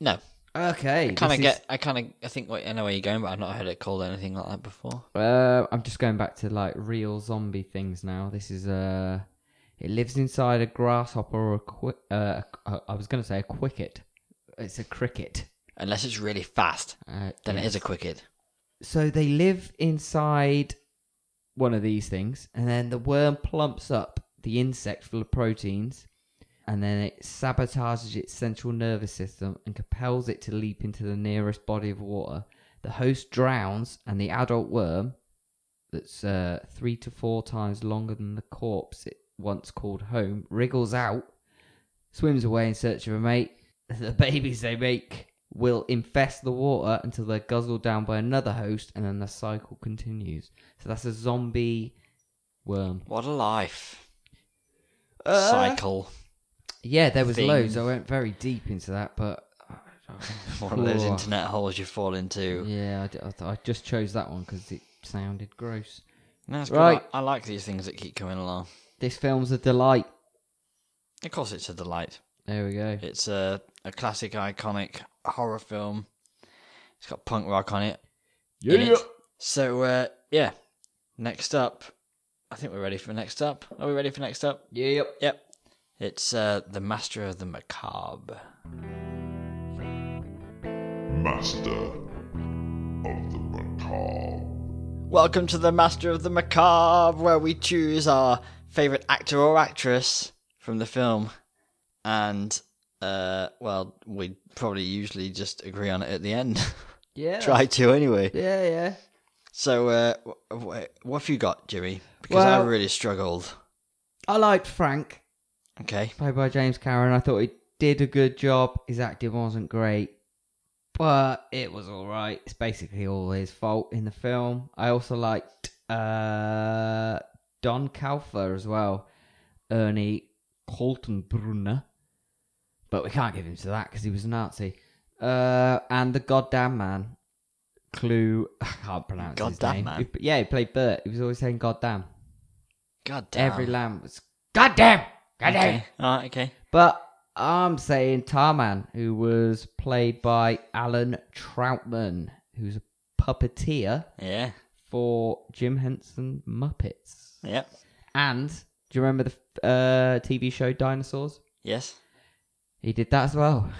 [SPEAKER 2] No,
[SPEAKER 3] Okay.
[SPEAKER 2] kind of
[SPEAKER 3] this is-
[SPEAKER 2] get. I kind of. I think. Wait, I know where you're going, but I've not heard it called anything like that before.
[SPEAKER 3] Uh, I'm just going back to like real zombie things now. This is uh, it lives inside a grasshopper or a qui- uh, a- I was going to say a quicket. It's a cricket.
[SPEAKER 2] Unless it's really fast,
[SPEAKER 3] Uh,
[SPEAKER 2] then it
[SPEAKER 3] yeah.
[SPEAKER 2] is a cricket.
[SPEAKER 3] So they live inside one of these things, and then the worm plumps up the insect full of proteins, and then it sabotages its central nervous system and compels it to leap into the nearest body of water. The host drowns, and the adult worm, that's uh, three to four times longer than the corpse it once called home, wriggles out, swims away in search of a mate. The babies they make will infest the water until they're guzzled down by another host, and then the cycle continues. So that's a zombie worm.
[SPEAKER 2] What a life
[SPEAKER 3] Uh,
[SPEAKER 2] cycle.
[SPEAKER 3] Yeah, there was
[SPEAKER 2] thing.
[SPEAKER 3] loads. I went very deep into that, but
[SPEAKER 2] One of those
[SPEAKER 3] Oh.
[SPEAKER 2] internet holes you fall into.
[SPEAKER 3] yeah, I d- I, th- I just chose that one because it sounded gross.
[SPEAKER 2] No, it's good.
[SPEAKER 3] Right.
[SPEAKER 2] I, I like these things that keep coming along.
[SPEAKER 3] This film's a delight.
[SPEAKER 2] Of course, it's a delight.
[SPEAKER 3] There we go.
[SPEAKER 2] It's a, a classic, iconic horror film. It's got punk rock on it. in it. So, uh, yeah. Next up, I think we're ready for next up. Are we ready for next up?
[SPEAKER 3] Yep.
[SPEAKER 2] Yep. It's uh, The Master of the Macabre.
[SPEAKER 4] Master of the Macabre.
[SPEAKER 2] Welcome to The Master of the Macabre, where we choose our favourite actor or actress from the film. And, uh, well, we probably usually just agree on it at the end. *laughs*
[SPEAKER 3] Yeah.
[SPEAKER 2] Try to, anyway.
[SPEAKER 3] Yeah, yeah.
[SPEAKER 2] So, uh, wh- wh- what have you got, Jimmy? Because I
[SPEAKER 3] Well-
[SPEAKER 2] really struggled.
[SPEAKER 3] I liked Frank.
[SPEAKER 2] Okay.
[SPEAKER 3] played by James Cameron. I thought he did a good job. His acting wasn't great, but it was all right. It's basically all his fault in the film. I also liked uh, Don Calfer as well, Ernie Kaltenbrunner, but we can't give him to that because he was a Nazi. Uh, and the goddamn man, Clue. *laughs* I can't pronounce his
[SPEAKER 2] Goddamn
[SPEAKER 3] name.
[SPEAKER 2] man.
[SPEAKER 3] He- yeah, he played Bert. He was always saying goddamn.
[SPEAKER 2] God damn.
[SPEAKER 3] Every lamb was goddamn, goddamn.
[SPEAKER 2] Okay. All right, okay.
[SPEAKER 3] But I'm saying Tarman, who was played by Alan Troutman, who's a puppeteer
[SPEAKER 2] Yeah.
[SPEAKER 3] for Jim Henson Muppets.
[SPEAKER 2] Yep.
[SPEAKER 3] And do you remember the uh, TV show Dinosaurs?
[SPEAKER 2] Yes.
[SPEAKER 3] He did that as well.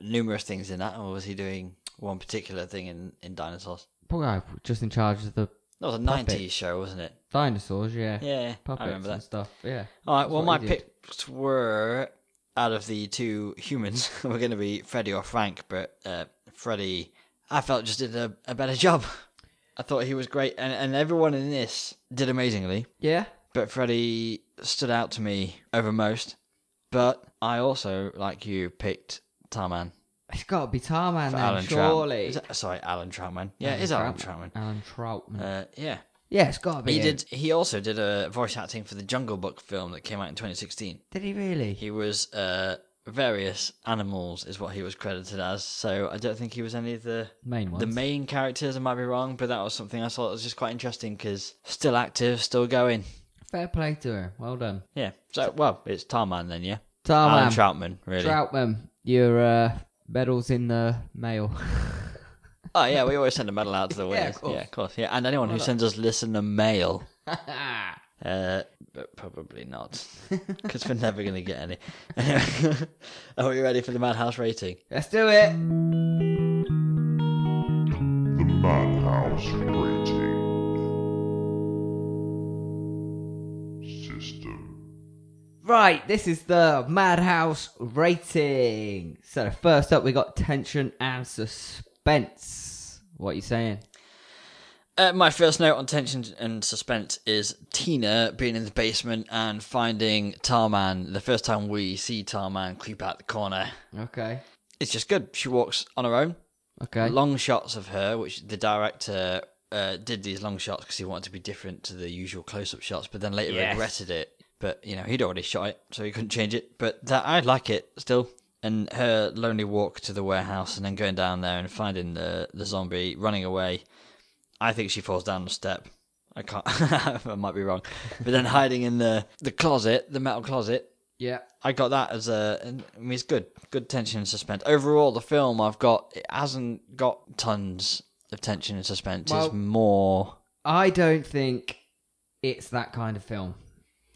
[SPEAKER 2] Numerous things in that. Or was he doing one particular thing in, in Dinosaurs?
[SPEAKER 3] Poor guy, just in charge of the
[SPEAKER 2] That was a
[SPEAKER 3] Puppet.
[SPEAKER 2] 90s show, wasn't it?
[SPEAKER 3] dinosaurs, yeah.
[SPEAKER 2] Yeah.
[SPEAKER 3] Puppets
[SPEAKER 2] I remember
[SPEAKER 3] and
[SPEAKER 2] that. Oh.
[SPEAKER 3] stuff, yeah.
[SPEAKER 2] All right,
[SPEAKER 3] That's
[SPEAKER 2] well, my
[SPEAKER 3] what he did.
[SPEAKER 2] picks were out of the two humans, *laughs* were going to be Freddy or Frank, but uh, Freddy, I felt, just did a, a better job. I thought he was great, and, and everyone in this did amazingly.
[SPEAKER 3] Yeah?
[SPEAKER 2] but Freddy stood out to me over most. But I also, like you, picked Tarman
[SPEAKER 3] It's got to be Tarman
[SPEAKER 2] for
[SPEAKER 3] then,
[SPEAKER 2] Alan
[SPEAKER 3] surely.
[SPEAKER 2] Troutman. Is it- sorry, Alan Troutman. Yeah, it is Alan Troutman.
[SPEAKER 3] Alan Troutman.
[SPEAKER 2] Uh, yeah,
[SPEAKER 3] yeah, it's got to be.
[SPEAKER 2] he
[SPEAKER 3] him.
[SPEAKER 2] did. He also did a voice acting for the Jungle Book film that came out in 2016.
[SPEAKER 3] Did he really?
[SPEAKER 2] He was uh, various animals, is what he was credited as. So I don't think he was any of the
[SPEAKER 3] main one.
[SPEAKER 2] the main characters. I might be wrong, but that was something I thought was just quite interesting because still active, still going.
[SPEAKER 3] Fair play to him. Well done.
[SPEAKER 2] Yeah. So well, it's Tarman then. Yeah.
[SPEAKER 3] Tarman.
[SPEAKER 2] Alan Troutman, really.
[SPEAKER 3] Troutman, your uh, medal's in the mail. *laughs*
[SPEAKER 2] Oh yeah, we always send a medal out to the winners. yeah,
[SPEAKER 3] of
[SPEAKER 2] of
[SPEAKER 3] course.
[SPEAKER 2] course. Yeah, and anyone who sends us listener mail, uh, but probably not, because we're never gonna get any. *laughs* Anyway, are we ready for the madhouse rating?
[SPEAKER 3] Let's do it.
[SPEAKER 4] The Madhouse
[SPEAKER 3] Right, this is the Madhouse rating. So first up, we got tension and suspense. What are you saying?
[SPEAKER 2] Uh, my first note on tension and suspense is Tina being in the basement and finding Tarman the first time we see Tarman creep out the corner.
[SPEAKER 3] Okay,
[SPEAKER 2] It's just good. She walks on her own.
[SPEAKER 3] okay,
[SPEAKER 2] Long shots of her, which the director uh, did these long shots because he wanted to be different to the usual close up shots, but then later
[SPEAKER 3] Yes.
[SPEAKER 2] regretted it. But, you know, he'd already shot it, so he couldn't change it. But that I like it still. And her lonely walk to the warehouse and then going down there and finding the, the zombie running away. I think she falls down the step. I can't, *laughs* I might be wrong. But then hiding in the, the closet, the metal closet,
[SPEAKER 3] yeah,
[SPEAKER 2] I got that as a. and- I mean, it's good, good tension and suspense. Overall, the film I've got it hasn't got tons of tension and suspense.
[SPEAKER 3] Well-
[SPEAKER 2] it's more.
[SPEAKER 3] I don't think it's that kind of film.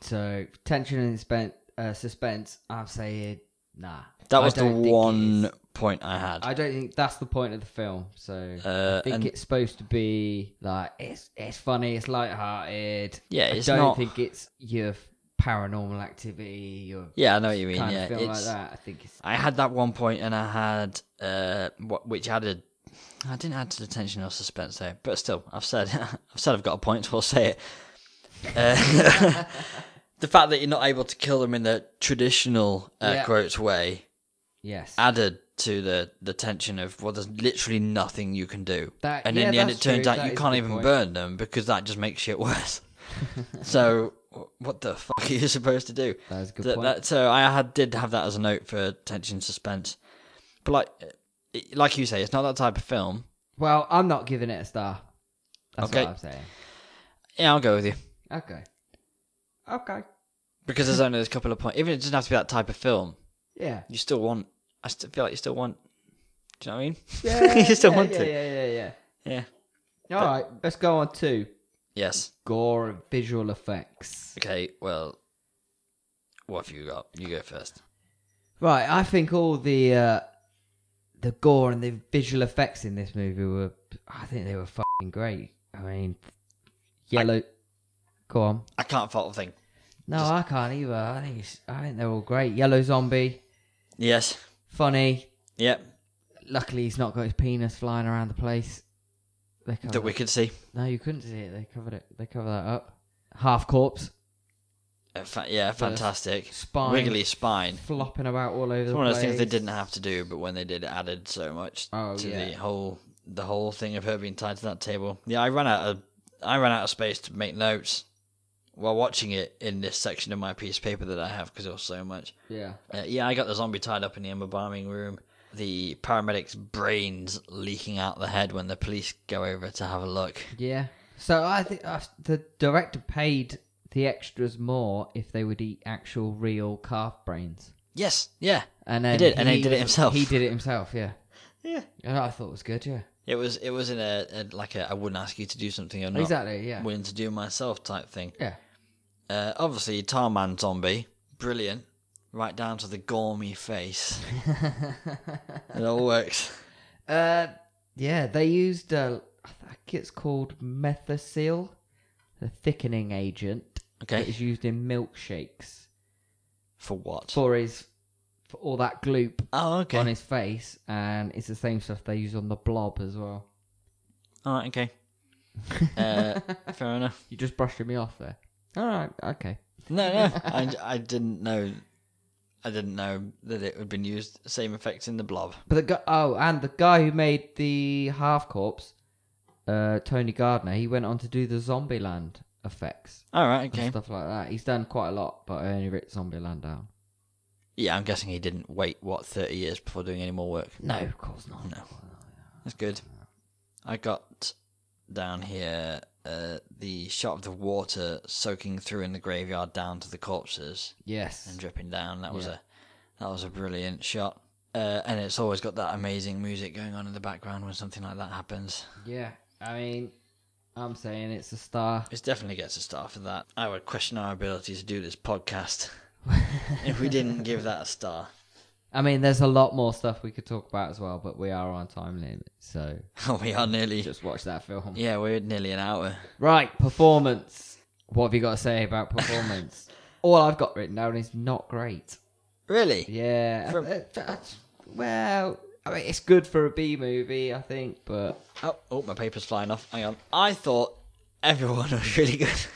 [SPEAKER 3] So tension and suspense. Uh, suspense I'm saying nah.
[SPEAKER 2] That
[SPEAKER 3] I
[SPEAKER 2] was the
[SPEAKER 3] don't think it
[SPEAKER 2] one
[SPEAKER 3] is.
[SPEAKER 2] point I had.
[SPEAKER 3] I don't think that's the point of the film. So
[SPEAKER 2] Uh,
[SPEAKER 3] I think
[SPEAKER 2] and-
[SPEAKER 3] it's supposed to be like it's it's funny, it's lighthearted.
[SPEAKER 2] Yeah, it's
[SPEAKER 3] I don't
[SPEAKER 2] not-
[SPEAKER 3] think it's your paranormal activity. Your
[SPEAKER 2] yeah, I know what you mean.
[SPEAKER 3] kind
[SPEAKER 2] Yeah,
[SPEAKER 3] of film
[SPEAKER 2] it's.
[SPEAKER 3] like that. I think it's
[SPEAKER 2] I had that one point, and I had uh, what which added. I didn't add to the tension or suspense though, but still, I've said *laughs* I've said I've got a point. *laughs* So I'll say it. Uh, *laughs* the fact that you're not able to kill them in the traditional uh,
[SPEAKER 3] Yeah.
[SPEAKER 2] quotes way
[SPEAKER 3] yes.
[SPEAKER 2] added to the the tension of well, there's literally nothing you can do,
[SPEAKER 3] That-
[SPEAKER 2] and
[SPEAKER 3] yeah,
[SPEAKER 2] in the end, it
[SPEAKER 3] that's
[SPEAKER 2] turns
[SPEAKER 3] true.
[SPEAKER 2] out
[SPEAKER 3] That
[SPEAKER 2] you
[SPEAKER 3] is a
[SPEAKER 2] can't
[SPEAKER 3] good
[SPEAKER 2] even
[SPEAKER 3] point.
[SPEAKER 2] burn them because that just makes shit
[SPEAKER 3] *laughs*
[SPEAKER 2] worse. so wh- what the fuck are you *laughs* supposed to do?
[SPEAKER 3] That is a good
[SPEAKER 2] Th-
[SPEAKER 3] point.
[SPEAKER 2] that- so I had did have that as a note for tension suspense, but like it- like you say, it's not that type of film.
[SPEAKER 3] well, I'm not giving it a star. That's
[SPEAKER 2] Okay.
[SPEAKER 3] what I'm saying.
[SPEAKER 2] Yeah, I'll go with you
[SPEAKER 3] Okay. Okay.
[SPEAKER 2] because there's only a couple of points. Even if it doesn't have to be that type of film.
[SPEAKER 3] Yeah.
[SPEAKER 2] You still want. I still feel like you still want. Do you know what I mean?
[SPEAKER 3] Yeah.
[SPEAKER 2] *laughs* You still
[SPEAKER 3] yeah,
[SPEAKER 2] want
[SPEAKER 3] yeah,
[SPEAKER 2] to.
[SPEAKER 3] Yeah, yeah,
[SPEAKER 2] Yeah.
[SPEAKER 3] yeah. All right, let's go on to
[SPEAKER 2] Yes.
[SPEAKER 3] gore and visual effects.
[SPEAKER 2] Okay. Well, what have you got? You go first.
[SPEAKER 3] Right, I think all the uh, the gore and the visual effects in this movie were, I think they were fucking great. I mean, yellow. Go on.
[SPEAKER 2] I can't fault a thing.
[SPEAKER 3] No, I can't either. I think it's, I think they're all great. Yellow zombie,
[SPEAKER 2] Yes.
[SPEAKER 3] funny.
[SPEAKER 2] Yep.
[SPEAKER 3] Luckily, he's not got his penis flying around the place. They covered
[SPEAKER 2] That we
[SPEAKER 3] it.
[SPEAKER 2] could see.
[SPEAKER 3] No, you couldn't see it. They covered it. They cover that up. Half corpse,
[SPEAKER 2] Uh, fa- yeah, fantastic.
[SPEAKER 3] spine.
[SPEAKER 2] Wiggly spine.
[SPEAKER 3] flopping about all over
[SPEAKER 2] It's
[SPEAKER 3] the
[SPEAKER 2] one of
[SPEAKER 3] place.
[SPEAKER 2] those things they didn't have to do, but when they did, it added so much
[SPEAKER 3] Oh,
[SPEAKER 2] to the
[SPEAKER 3] yeah.
[SPEAKER 2] whole the whole thing of her being tied to that table. Yeah, I ran out of I ran out of space to make notes while watching it in this section of my piece of paper that I have because it was so much.
[SPEAKER 3] Yeah.
[SPEAKER 2] Uh, yeah, I got the zombie tied up in the embalming room. The paramedics' brains leaking out the head when the police go over to have a look.
[SPEAKER 3] Yeah. So I think uh, the director paid the extras more if they would eat actual real calf brains.
[SPEAKER 2] Yes, yeah,
[SPEAKER 3] And then
[SPEAKER 2] He did, and he did it himself.
[SPEAKER 3] He did it himself, yeah.
[SPEAKER 2] *laughs* yeah.
[SPEAKER 3] And I thought it was good, yeah.
[SPEAKER 2] It was it was in a, a like a I wouldn't ask you to do something I'm not
[SPEAKER 3] Exactly, yeah.
[SPEAKER 2] willing to do myself type thing.
[SPEAKER 3] Yeah.
[SPEAKER 2] Uh, obviously, Tarman zombie, brilliant, right down to the gormy
[SPEAKER 3] *laughs*
[SPEAKER 2] face. it all works.
[SPEAKER 3] Uh, yeah, they used, uh, I think it's called methacil, the thickening agent that
[SPEAKER 2] Okay,
[SPEAKER 3] is used in milkshakes
[SPEAKER 2] for what?
[SPEAKER 3] for his, for all that gloop
[SPEAKER 2] oh, okay.
[SPEAKER 3] on his face. And it's the same stuff they use on the blob as well.
[SPEAKER 2] All right,
[SPEAKER 3] *laughs*
[SPEAKER 2] okay. Uh, fair enough.
[SPEAKER 3] You just brushing me off there. All right, okay.
[SPEAKER 2] No, no, *laughs* I, I didn't know. I didn't know that it had been used same effects in the blob.
[SPEAKER 3] But the guy, oh, and the guy who made the half corpse, uh, Tony Gardner, he went on to do the Zombieland effects
[SPEAKER 2] All right,
[SPEAKER 3] and
[SPEAKER 2] okay.
[SPEAKER 3] stuff like that. He's done quite a lot, but I only writ Zombieland down.
[SPEAKER 2] Yeah, I'm guessing he didn't wait what 30 years before doing any more work.
[SPEAKER 3] No, of course not.
[SPEAKER 2] No. That's good. I got down here uh, the shot of the water soaking through in the graveyard down to the corpses
[SPEAKER 3] Yes.
[SPEAKER 2] and dripping down. That was
[SPEAKER 3] Yeah.
[SPEAKER 2] a that was a brilliant shot. Uh, and it's always got that amazing music going on in the background when something like that happens.
[SPEAKER 3] Yeah. I mean, I'm saying it's a star.
[SPEAKER 2] It definitely gets a star for that. I would question our ability to do this
[SPEAKER 3] *laughs*
[SPEAKER 2] podcast if we didn't give that a star.
[SPEAKER 3] I mean, there's a lot more stuff we could talk about as well, but we are on time limit, so
[SPEAKER 2] *laughs* we are nearly
[SPEAKER 3] just watch that film.
[SPEAKER 2] yeah, we're nearly an hour. *laughs*
[SPEAKER 3] Right, performance. What have you got to say about performance? all I've got written down is not great.
[SPEAKER 2] Really?
[SPEAKER 3] Yeah.
[SPEAKER 2] From-
[SPEAKER 3] uh, that's- well, I mean, it's good for a B movie, I think, but
[SPEAKER 2] Oh, oh, my paper's flying off. Hang on. I thought everyone *laughs* was really good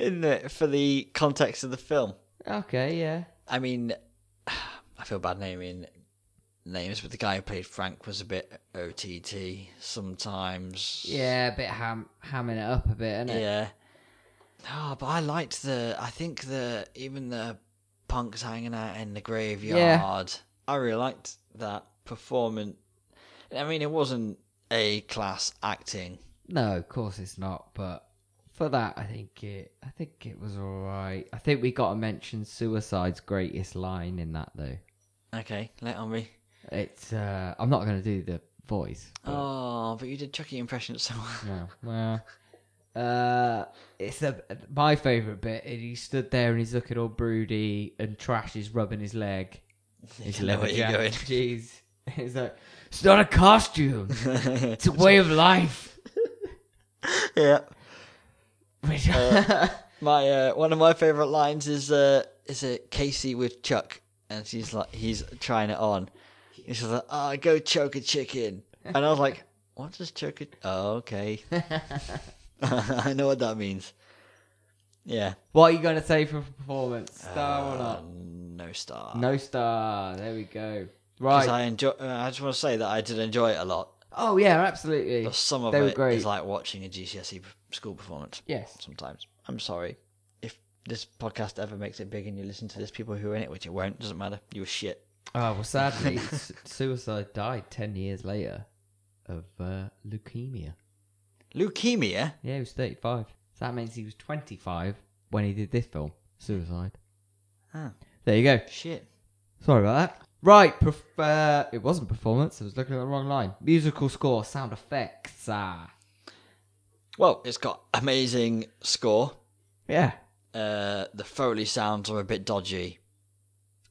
[SPEAKER 2] in the, for the context of the film.
[SPEAKER 3] okay, yeah.
[SPEAKER 2] I mean, *sighs* I feel bad naming names, but the guy who played Frank was a bit OTT sometimes.
[SPEAKER 3] Yeah, a bit ham hamming it up a bit, isn't it?
[SPEAKER 2] Yeah. Oh, but I liked the. I think the even the punks hanging out in the graveyard. I really liked that performance. I mean, it wasn't a class acting.
[SPEAKER 3] No, of course it's not, but for that I think it I think it was alright. I think we gotta mention Suicide's greatest line in that though.
[SPEAKER 2] Okay, let on me.
[SPEAKER 3] It's uh I'm not gonna do the voice. but-
[SPEAKER 2] Oh, but you did Chucky impression *laughs* so well.
[SPEAKER 3] No. Well, uh, it's the my favourite bit. And he stood there and he's looking all broody, and Trash is rubbing
[SPEAKER 2] *laughs*
[SPEAKER 3] his leg. His
[SPEAKER 2] don't know where you're
[SPEAKER 3] jacket.
[SPEAKER 2] going.
[SPEAKER 3] Jeez. *laughs* He's like, it's not a costume. It's a way of life. *laughs*
[SPEAKER 2] yeah.
[SPEAKER 3] Which-
[SPEAKER 2] My uh, one of my favorite lines is uh, is uh, Casey with Chuck, and she's like he's trying it on. And she's like, "Ah, go choke a chicken," and I was like, "What does choke a? Oh, okay, *laughs* I know what that means." Yeah,
[SPEAKER 3] *laughs* what are you going to say for performance? Star or
[SPEAKER 2] Uh,
[SPEAKER 3] not?
[SPEAKER 2] no star.
[SPEAKER 3] No star. There we go.
[SPEAKER 2] uh, 'Cause
[SPEAKER 3] Right.
[SPEAKER 2] I enjoy. Uh, I just want to say that I did enjoy it a lot.
[SPEAKER 3] oh, yeah, absolutely.
[SPEAKER 2] But some of
[SPEAKER 3] They
[SPEAKER 2] it
[SPEAKER 3] were
[SPEAKER 2] is
[SPEAKER 3] great.
[SPEAKER 2] like watching a GCSE E p- school performance.
[SPEAKER 3] Yes.
[SPEAKER 2] sometimes. I'm sorry. If this podcast ever makes it big and you listen to this, people who are in it, which it won't, doesn't matter. You were shit.
[SPEAKER 3] Oh, well, sadly, *laughs* Su- Suicide died 10 years later of uh, leukemia.
[SPEAKER 2] Leukemia?
[SPEAKER 3] Yeah, he was 35. So that means he was 25 when he did this film, Suicide.
[SPEAKER 2] Huh.
[SPEAKER 3] There you go.
[SPEAKER 2] Shit.
[SPEAKER 3] Sorry about that. Right, perf- uh, it wasn't performance. I was looking at the wrong line. Musical score, sound effects. Ah,
[SPEAKER 2] Well, it's got amazing score.
[SPEAKER 3] yeah.
[SPEAKER 2] Uh, the Foley sounds are a bit dodgy.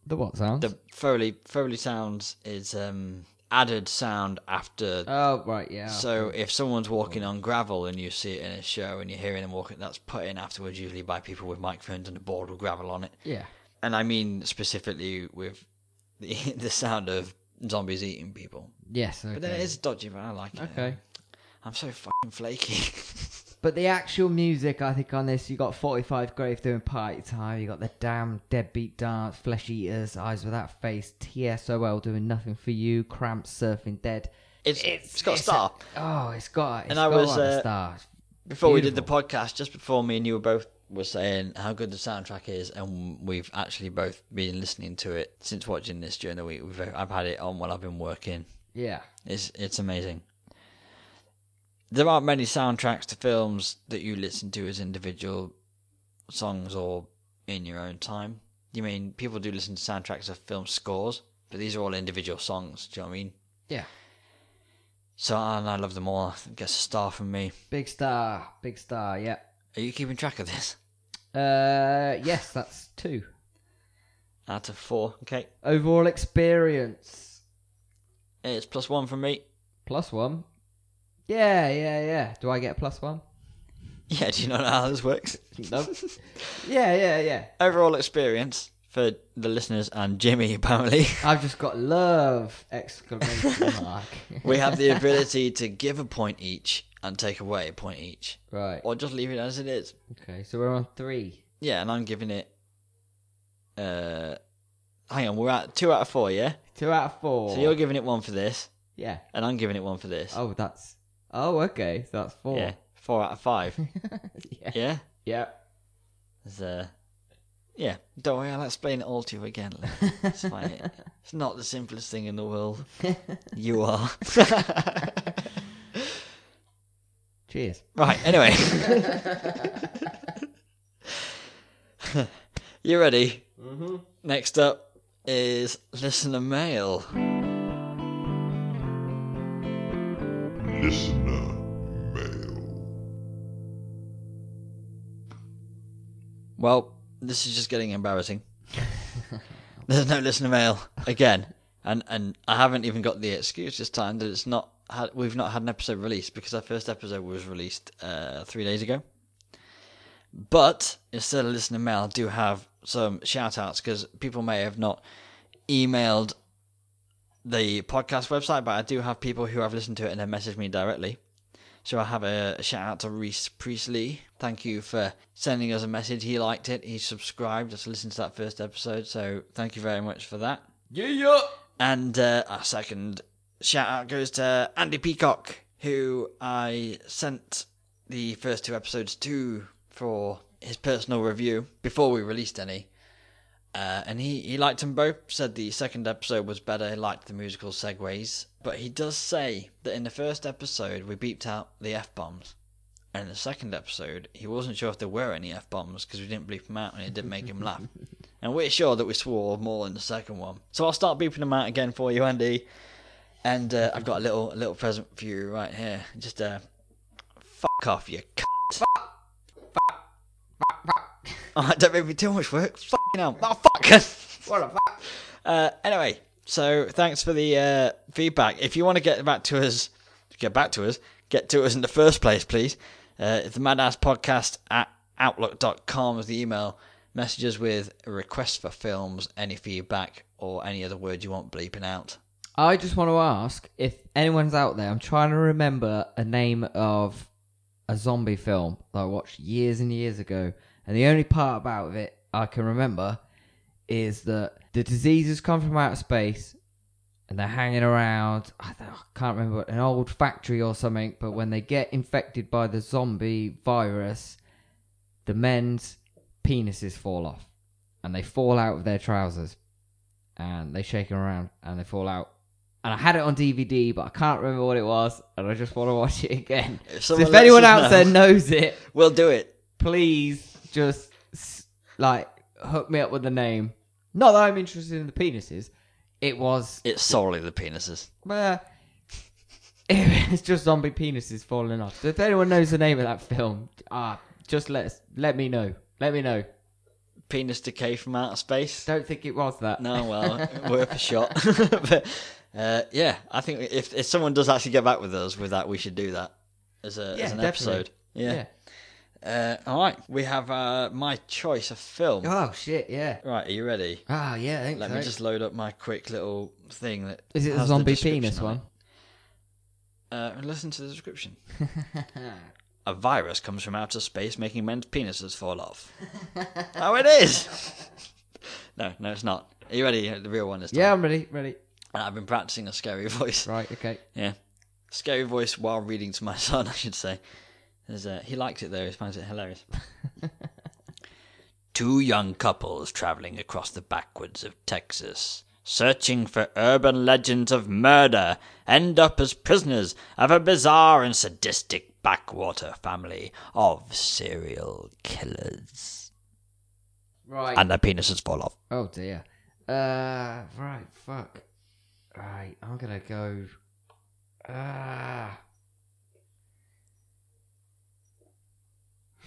[SPEAKER 3] The what sound?
[SPEAKER 2] The Foley Foley sounds is um added sound after.
[SPEAKER 3] Oh right, yeah.
[SPEAKER 2] so if someone's walking on gravel and you see it in a show and you're hearing them walking, that's put in afterwards usually by people with microphones and a board with gravel on it.
[SPEAKER 3] yeah,
[SPEAKER 2] and I mean specifically with the *laughs* the sound of zombies eating people.
[SPEAKER 3] yes. Okay.
[SPEAKER 2] But then it is dodgy, but I like it.
[SPEAKER 3] okay.
[SPEAKER 2] I'm so fucking flaky. *laughs*
[SPEAKER 3] But the actual music, I think, on this, you got 45 Grave doing Party Time, you got the Damn, Deadbeat Dance, Flesh Eaters, Eyes Without Face, TSOL doing Nothing for You, Cramps, Surfing Dead.
[SPEAKER 2] it's, it's got a
[SPEAKER 3] it's
[SPEAKER 2] star.
[SPEAKER 3] Oh, it's got. It's
[SPEAKER 2] And I
[SPEAKER 3] got
[SPEAKER 2] was,
[SPEAKER 3] a lot of
[SPEAKER 2] uh,
[SPEAKER 3] stars.
[SPEAKER 2] Before we did the podcast, just before me and you were both were saying how good the soundtrack is, and we've actually both been listening to it since watching this during the week. We've, I've had it on while I've been working.
[SPEAKER 3] yeah,
[SPEAKER 2] It's it's amazing. There aren't many soundtracks to films that you listen to as individual songs or in your own time. You mean people do listen to soundtracks of film scores, but these are all individual songs. Do you know what I mean?
[SPEAKER 3] yeah,
[SPEAKER 2] So and I love them all. I think Gets a star from me.
[SPEAKER 3] big star, big star. Yeah.
[SPEAKER 2] Are you keeping track of this? *laughs*
[SPEAKER 3] Uh, yes, that's two.
[SPEAKER 2] Out of four, okay.
[SPEAKER 3] Overall experience
[SPEAKER 2] It's plus one from me.
[SPEAKER 3] plus one. Yeah, yeah, yeah. Do I get a plus one?
[SPEAKER 2] Yeah, do you not know how this works?
[SPEAKER 3] Nope. *laughs* yeah, yeah, yeah.
[SPEAKER 2] Overall experience for the listeners and Jimmy apparently.
[SPEAKER 3] I've just got love exclamation
[SPEAKER 2] *laughs*
[SPEAKER 3] mark.
[SPEAKER 2] We have the ability to give a point each and take away a point each,
[SPEAKER 3] right.
[SPEAKER 2] or just leave it as it is.
[SPEAKER 3] Okay, so we're on three.
[SPEAKER 2] Yeah, and I'm giving it. Uh, hang on, we're at two out of four, yeah.
[SPEAKER 3] Two out of four.
[SPEAKER 2] So you're giving it one for this,
[SPEAKER 3] yeah.
[SPEAKER 2] and I'm giving it one for this.
[SPEAKER 3] Oh, that's. Oh, okay. So that's four.
[SPEAKER 2] yeah, four out of
[SPEAKER 3] *laughs*
[SPEAKER 2] five.
[SPEAKER 3] yeah.
[SPEAKER 2] yeah,
[SPEAKER 3] Yeah.
[SPEAKER 2] There's, uh, yeah. Don't worry, I'll explain it all to you again. later. It's fine.
[SPEAKER 3] *laughs*
[SPEAKER 2] It's not the simplest thing in the world. You are *laughs* *laughs*
[SPEAKER 3] Cheers. *laughs*
[SPEAKER 2] right. Anyway, you ready?
[SPEAKER 3] Mm-hmm.
[SPEAKER 2] Next up is listener mail.
[SPEAKER 4] Listener mail.
[SPEAKER 2] Well, this is just getting embarrassing. *laughs* There's no listener mail again, and and I haven't even got the excuse this time that it's not had, we've not had an episode released because our first episode was released uh, three days ago. But instead of listener mail, I do have some shout outs because people may have not emailed the podcast website, but I do have people who have listened to it and have messaged me directly. So I have a shout out to Reese Priestley. Thank you for sending us a message. He liked it. He subscribed. Just listened to that first episode. So thank you very much for that. And uh, our second shout out goes to Andy Peacock, who I sent the first two episodes to for his personal review before we released any. Uh, and he, he liked them both, said the second episode was better, he liked the musical segues. But he does say that in the first episode, we beeped out the F bombs. And in the second episode, he wasn't sure if there were any F bombs because we didn't bleep them out and it did make him *laughs* laugh. And we're sure that we swore more in the second one. So I'll start beeping them out again for you, Andy. And uh, I've got a little a little present for you right here. Just uh, fuck off, you c. *laughs* Oh, don't make me too much work. Fucking hell. Oh, fuck. *laughs* what a fuck. Uh, anyway, so thanks for the uh, feedback. If you want to get back to us, get back to us, get to us in the first place, please. Uh, the madass podcast at outlook.com is the email. Message us with requests for films, any feedback, or any other word you want bleeping out.
[SPEAKER 3] I just want to ask if anyone's out there. I'm trying to remember a name of a zombie film that I watched years and years ago, and the only part about it I can remember is that the diseases come from outer space, and they're hanging around. I, th- I can't remember an old factory or something. But when they get infected by the zombie virus, the men's penises fall off, and they fall out of their trousers, and they shake 'em around, and they fall out. And I had it on DVD, but I can't remember what it was, and I just want to watch it again.
[SPEAKER 2] If
[SPEAKER 3] so
[SPEAKER 2] *laughs* someone
[SPEAKER 3] if
[SPEAKER 2] lets
[SPEAKER 3] anyone
[SPEAKER 2] us
[SPEAKER 3] out there
[SPEAKER 2] know.
[SPEAKER 3] knows it,
[SPEAKER 2] We'll do it.
[SPEAKER 3] please just s- like hook me up with the name. Not that I'm interested in the penises. It was
[SPEAKER 2] It's solely the penises.
[SPEAKER 3] *laughs* uh, it's just zombie penises falling off. So if anyone knows the name of that film, ah, just let us, let me know. Let me know.
[SPEAKER 2] Penis decay from outer space.
[SPEAKER 3] Don't think it was that.
[SPEAKER 2] No,
[SPEAKER 3] *laughs*
[SPEAKER 2] well, *laughs* worth a shot. but uh, yeah, I think if if someone does actually get back with us with that, we should do that as a
[SPEAKER 3] Yeah,
[SPEAKER 2] as an
[SPEAKER 3] definitely.
[SPEAKER 2] episode. Yeah.
[SPEAKER 3] Yeah.
[SPEAKER 2] Uh, all right, we have uh, my choice of film.
[SPEAKER 3] Oh shit. Yeah.
[SPEAKER 2] Right, are you ready?
[SPEAKER 3] Ah, yeah. I think
[SPEAKER 2] Let
[SPEAKER 3] so.
[SPEAKER 2] me just load up my quick little thing that
[SPEAKER 3] Is it
[SPEAKER 2] has
[SPEAKER 3] the
[SPEAKER 2] the
[SPEAKER 3] zombie
[SPEAKER 2] description
[SPEAKER 3] penis
[SPEAKER 2] on it.
[SPEAKER 3] one?
[SPEAKER 2] Uh, listen to the
[SPEAKER 3] *laughs*
[SPEAKER 2] description. a virus comes from outer space, making men's penises fall off. *laughs* oh, it is. *laughs* no, no, it's not. Are you ready? The real one this time.
[SPEAKER 3] Yeah, I'm ready. Ready.
[SPEAKER 2] I've been practicing a scary *laughs* voice.
[SPEAKER 3] Right. Okay.
[SPEAKER 2] Yeah. Scary voice while reading to my *laughs* son, I should say. There's, uh, he liked it though, he finds it hilarious. *laughs* Two young couples traveling across the backwoods of Texas, searching for urban legends of murder, end up as prisoners of a bizarre and sadistic backwater family of serial killers.
[SPEAKER 3] Right.
[SPEAKER 2] And their penises fall off.
[SPEAKER 3] Oh dear. Uh, right, fuck. Right, I'm gonna go. Ah.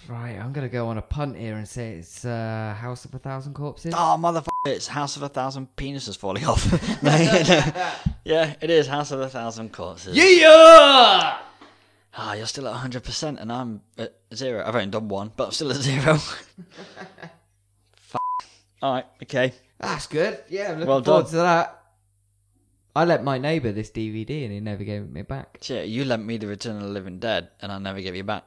[SPEAKER 3] Right, I'm gonna go on a punt here and say it's uh, House of a Thousand Corpses.
[SPEAKER 2] Oh, motherfucker, it's House of a Thousand Penises Falling Off. *laughs* No, no. yeah, it is House of a Thousand Corpses.
[SPEAKER 3] Yeah!
[SPEAKER 2] Ah, you're still at 100% and I'm at zero. I've only done one, but I'm still at zero. *laughs* Fuck. Alright, okay.
[SPEAKER 3] That's good. Yeah, I'm looking
[SPEAKER 2] Well
[SPEAKER 3] forward
[SPEAKER 2] done.
[SPEAKER 3] to that. I lent my neighbour this DVD and he never gave it me back.
[SPEAKER 2] Shit, you lent me the Return of the Living Dead and I never gave you back.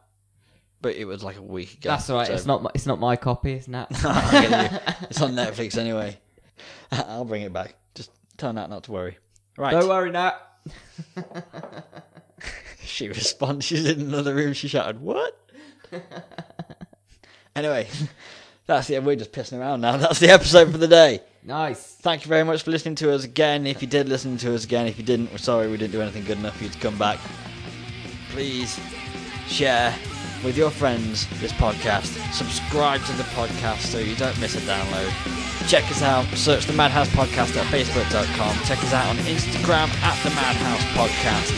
[SPEAKER 2] But it was like a week ago.
[SPEAKER 3] That's all right.
[SPEAKER 2] so- *laughs*
[SPEAKER 3] It's not. My, it's not my copy. It's not.
[SPEAKER 2] I'll get
[SPEAKER 3] *laughs*
[SPEAKER 2] you. It's on Netflix anyway. *laughs* I'll bring it back. Just tell Nat not to worry. Right.
[SPEAKER 3] Don't worry, Nat.
[SPEAKER 2] She responds. She's in another room. She shouted,
[SPEAKER 3] *laughs*
[SPEAKER 2] "What?" anyway, *laughs* that's the. We're just pissing around now. That's the episode for the day.
[SPEAKER 3] Nice.
[SPEAKER 2] Thank you very much for listening to us again. If you did listen to us again, if you didn't, we're sorry we didn't do anything good enough for you to come back. Please share with your friends this podcast. Subscribe to the podcast so you don't miss a download. Check us out. Search the Madhouse Podcast at facebook.com. Check us out on Instagram at the Madhouse Podcast.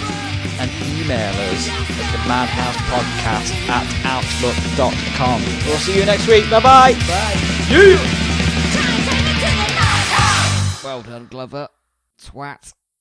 [SPEAKER 2] And email us at the Madhouse Podcast at outlook.com. We'll see you next week. Bye bye. Bye.
[SPEAKER 1] Time to take it to the madhouse.
[SPEAKER 3] Well done, Glover. Twat.